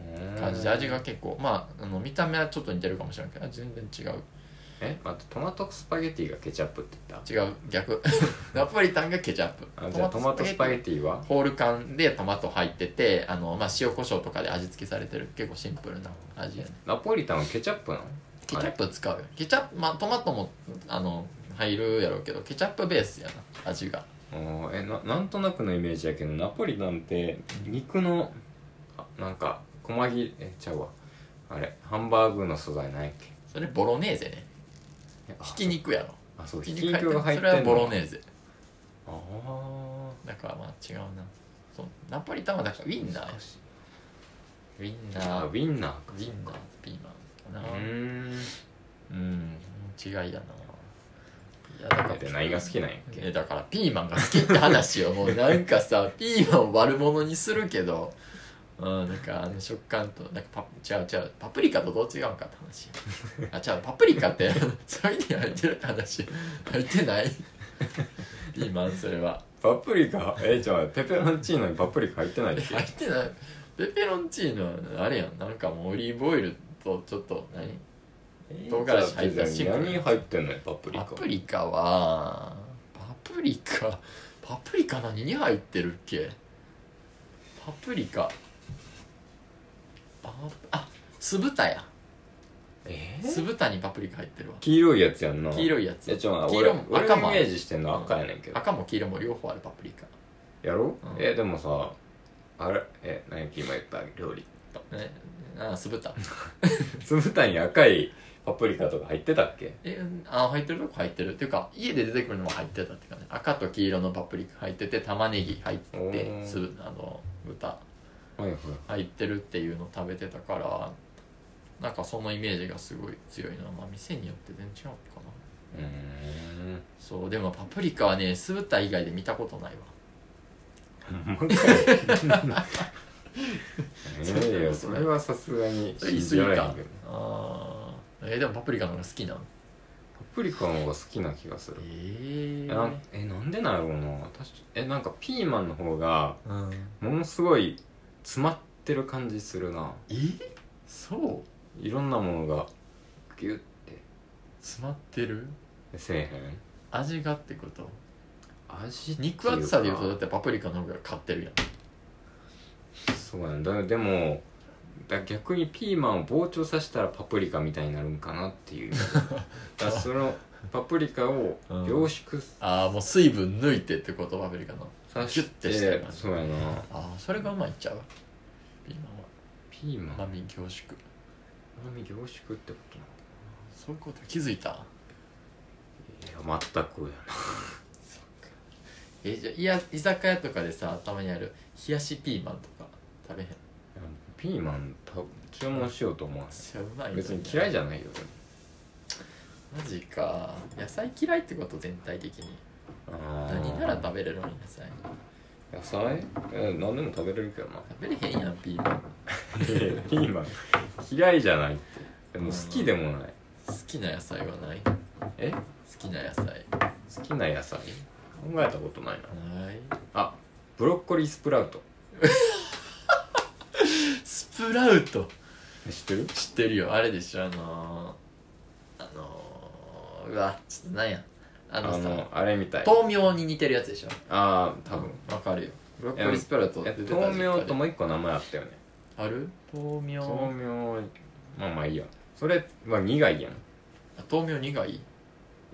[SPEAKER 1] うん
[SPEAKER 2] 感じで味が結構まああの見た目はちょっと似てるかもしれないけど全然違う
[SPEAKER 1] え待ってトマトスパゲティがケチャップって言っ
[SPEAKER 2] 違う逆 ナポリタンがケチャップ
[SPEAKER 1] たあじゃあトマトスパゲ
[SPEAKER 2] テ
[SPEAKER 1] ティは
[SPEAKER 2] ィホール缶でトマト入っててあの、まあ、塩コショウとかで味付けされてる結構シンプルな味やね
[SPEAKER 1] ナポリタンはケチャップなの
[SPEAKER 2] ケチャップ使うよケチャップまあトマトもあの入るやろうけどケチャップベースやな味が
[SPEAKER 1] あーえななんとなくのイメージやけどナポリタンって肉のあなんか細切れえちゃうわあれハンバーグの素材なんやっけ
[SPEAKER 2] それボロネーゼね
[SPEAKER 1] えあ
[SPEAKER 2] ひき肉やろ
[SPEAKER 1] あそうひ
[SPEAKER 2] ひ
[SPEAKER 1] き
[SPEAKER 2] き肉
[SPEAKER 1] 肉
[SPEAKER 2] 入
[SPEAKER 1] が
[SPEAKER 2] って
[SPEAKER 1] 入っ
[SPEAKER 2] る
[SPEAKER 1] てん
[SPEAKER 2] それ
[SPEAKER 1] の
[SPEAKER 2] はボロネーゼ
[SPEAKER 1] あー
[SPEAKER 2] だからまあ違うなそうナポリタンはだからウインナーやしウインナ
[SPEAKER 1] あ
[SPEAKER 2] ー
[SPEAKER 1] ウ
[SPEAKER 2] ウ
[SPEAKER 1] ィンナーか
[SPEAKER 2] インナーピーマンか
[SPEAKER 1] う
[SPEAKER 2] な
[SPEAKER 1] ーん
[SPEAKER 2] うん違いやな。いやだ
[SPEAKER 1] だって何が好きなんやっけ
[SPEAKER 2] えだからピーマンが好きって話をもうなんかさピーマンを悪者にするけど、うん、なんかあの食感となんかパ違う違うパプリカとどう違うんかって話あ違うパプリカってそういう意味で入ってるって話入ってないピーマンそれは
[SPEAKER 1] パプリカえじゃあペペロンチーノにパプリカ入ってないっけ
[SPEAKER 2] 入ってないペペロンチーノはあれやんなんかもうオリーブオイルとちょっと何唐辛子入ってたし
[SPEAKER 1] 何入ってんのよパプリ
[SPEAKER 2] パ
[SPEAKER 1] カ
[SPEAKER 2] プリカはパプリカパプリカ何に入ってるっけパプリカパあ酢豚や
[SPEAKER 1] えー
[SPEAKER 2] 酢豚にパプリカ入ってるわ
[SPEAKER 1] 黄色いやつやんな
[SPEAKER 2] 黄色いやつ
[SPEAKER 1] えちょ
[SPEAKER 2] 黄
[SPEAKER 1] 俺
[SPEAKER 2] 色も
[SPEAKER 1] 俺
[SPEAKER 2] 赤
[SPEAKER 1] の
[SPEAKER 2] もあ
[SPEAKER 1] イメ
[SPEAKER 2] る
[SPEAKER 1] ージしてんの赤やねんけど
[SPEAKER 2] 赤も黄色も両方あるパプリカ
[SPEAKER 1] やろ、
[SPEAKER 2] うん
[SPEAKER 1] えでもさあれえ何やっけ今言った料 理
[SPEAKER 2] えあ酢豚
[SPEAKER 1] 酢豚に赤いパプリカとか入ってたっけ
[SPEAKER 2] えあ入ってるとこ入ってるっていうか家で出てくるのも入ってたっていうかね赤と黄色のパプリカ入ってて玉ねぎ入っ
[SPEAKER 1] お
[SPEAKER 2] て
[SPEAKER 1] ー
[SPEAKER 2] 酢あの豚
[SPEAKER 1] はいはい
[SPEAKER 2] 入ってるっていうのを食べてたからなんかそのイメージがすごい強いのは、まあ、店によって全然違うのかな
[SPEAKER 1] うん
[SPEAKER 2] そうでもパプリカはね酢豚以外で見たことないわ
[SPEAKER 1] もう一回ええよそれはさすがに
[SPEAKER 2] 言い
[SPEAKER 1] 信じら
[SPEAKER 2] 過
[SPEAKER 1] れ
[SPEAKER 2] ぎ
[SPEAKER 1] へん
[SPEAKER 2] か
[SPEAKER 1] けど
[SPEAKER 2] あーえーでもパプリカの方が好きなの
[SPEAKER 1] パプリカの方が好きな気がする
[SPEAKER 2] え
[SPEAKER 1] え
[SPEAKER 2] え
[SPEAKER 1] なんえなんでなんやろうな私えなんかピーマンの方が
[SPEAKER 2] うん、
[SPEAKER 1] ものすごい詰まってる感じするな
[SPEAKER 2] えーそう
[SPEAKER 1] いろんなものがギュッて
[SPEAKER 2] 詰まってる
[SPEAKER 1] せえへん
[SPEAKER 2] 味がってこと
[SPEAKER 1] 味っていうか
[SPEAKER 2] 肉厚さでいうとだってパプリカの方が勝ってるやん
[SPEAKER 1] そうなんだでもだ逆にピーマンを膨張させたらパプリカみたいになるんかなって いうだからそのパプリカを
[SPEAKER 2] うん
[SPEAKER 1] 凝縮
[SPEAKER 2] ああもう水分抜いてってことパプリカの
[SPEAKER 1] さ
[SPEAKER 2] ギュ
[SPEAKER 1] せ
[SPEAKER 2] ッ
[SPEAKER 1] て、
[SPEAKER 2] てしてる感じ
[SPEAKER 1] そうやな
[SPEAKER 2] ああそれがうまいっちゃうピーマンは
[SPEAKER 1] ピーマン
[SPEAKER 2] 甘み凝縮
[SPEAKER 1] うまみ凝縮ってことな
[SPEAKER 2] そういうこと気づいた
[SPEAKER 1] のいや全くやな
[SPEAKER 2] えじゃあいや居酒屋とかでさたまにある冷やしピーマンとか食べへん
[SPEAKER 1] ピーマンた注文しようと思わな
[SPEAKER 2] それうまい
[SPEAKER 1] い
[SPEAKER 2] よ
[SPEAKER 1] 別に嫌いじ
[SPEAKER 2] ゃ
[SPEAKER 1] ゃないよでも
[SPEAKER 2] マジか野菜嫌いってこと全体的に
[SPEAKER 1] あー
[SPEAKER 2] 何なら食べれるのに野菜
[SPEAKER 1] 野菜え何でも食べれるけどな
[SPEAKER 2] 食べれへんやんピーマン
[SPEAKER 1] ピーマン嫌いじゃないってでも好きでもない
[SPEAKER 2] 好きな野菜はない
[SPEAKER 1] え
[SPEAKER 2] 好きな野菜
[SPEAKER 1] 好きな野菜考えたことないな
[SPEAKER 2] ない
[SPEAKER 1] あブロッコリースプラウト
[SPEAKER 2] スプラウト
[SPEAKER 1] 知ってる
[SPEAKER 2] 知ってるよあれでしょあのー、あのー、うわちょっとなんやあ
[SPEAKER 1] あ
[SPEAKER 2] の
[SPEAKER 1] の
[SPEAKER 2] さ
[SPEAKER 1] あれみたい
[SPEAKER 2] 豆苗に似てるやつでしょ
[SPEAKER 1] ああ多分
[SPEAKER 2] わかるよブロッコリースプラウト
[SPEAKER 1] え
[SPEAKER 2] 出てた時
[SPEAKER 1] 豆苗ともう一個名前あったよね
[SPEAKER 2] ある豆苗
[SPEAKER 1] 豆苗まあまあいいやそれは苦いやん
[SPEAKER 2] あ豆苗苦い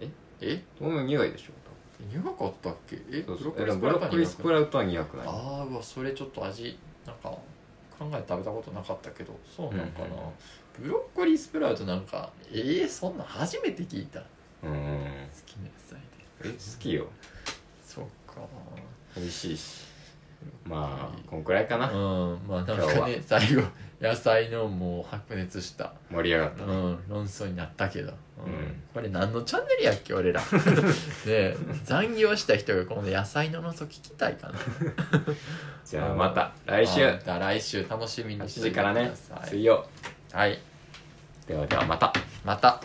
[SPEAKER 1] え
[SPEAKER 2] え
[SPEAKER 1] 豆苗苦いでしょ
[SPEAKER 2] 苦かったっけえ
[SPEAKER 1] 多分そうそう
[SPEAKER 2] ブ
[SPEAKER 1] え
[SPEAKER 2] ロ
[SPEAKER 1] でもブロッ
[SPEAKER 2] ッ
[SPEAKER 1] コ
[SPEAKER 2] コ
[SPEAKER 1] リ
[SPEAKER 2] リ
[SPEAKER 1] ー
[SPEAKER 2] ー
[SPEAKER 1] ス
[SPEAKER 2] ス
[SPEAKER 1] プ
[SPEAKER 2] プラウトは苦くない
[SPEAKER 1] ラウトは苦くない
[SPEAKER 2] あーうわそれちょっと味なんか考えて食べたことなかったけどそうなんかな、ブロッコリースプラウトなんかえー、そんなん初めて聞いた好
[SPEAKER 1] うーんえ
[SPEAKER 2] きな野菜で
[SPEAKER 1] 好きよ
[SPEAKER 2] そうかか
[SPEAKER 1] 美味しいしまあこんくらいかな、
[SPEAKER 2] うんまあなん
[SPEAKER 1] 今
[SPEAKER 2] か
[SPEAKER 1] 日
[SPEAKER 2] ね最後野菜のもう白熱した、
[SPEAKER 1] 盛り上がっ
[SPEAKER 2] う
[SPEAKER 1] たね、
[SPEAKER 2] ん、論争になったけど、うん
[SPEAKER 1] うん
[SPEAKER 2] これ何のチャンネルやっけ 俺らねえ残業した人がこの野菜の論争聞きたいかな
[SPEAKER 1] じゃあまた来週
[SPEAKER 2] また来週楽しみにして
[SPEAKER 1] 8
[SPEAKER 2] て
[SPEAKER 1] 時
[SPEAKER 2] く
[SPEAKER 1] から
[SPEAKER 2] だ
[SPEAKER 1] ね
[SPEAKER 2] さい
[SPEAKER 1] 水曜
[SPEAKER 2] はい
[SPEAKER 1] ではではまた
[SPEAKER 2] また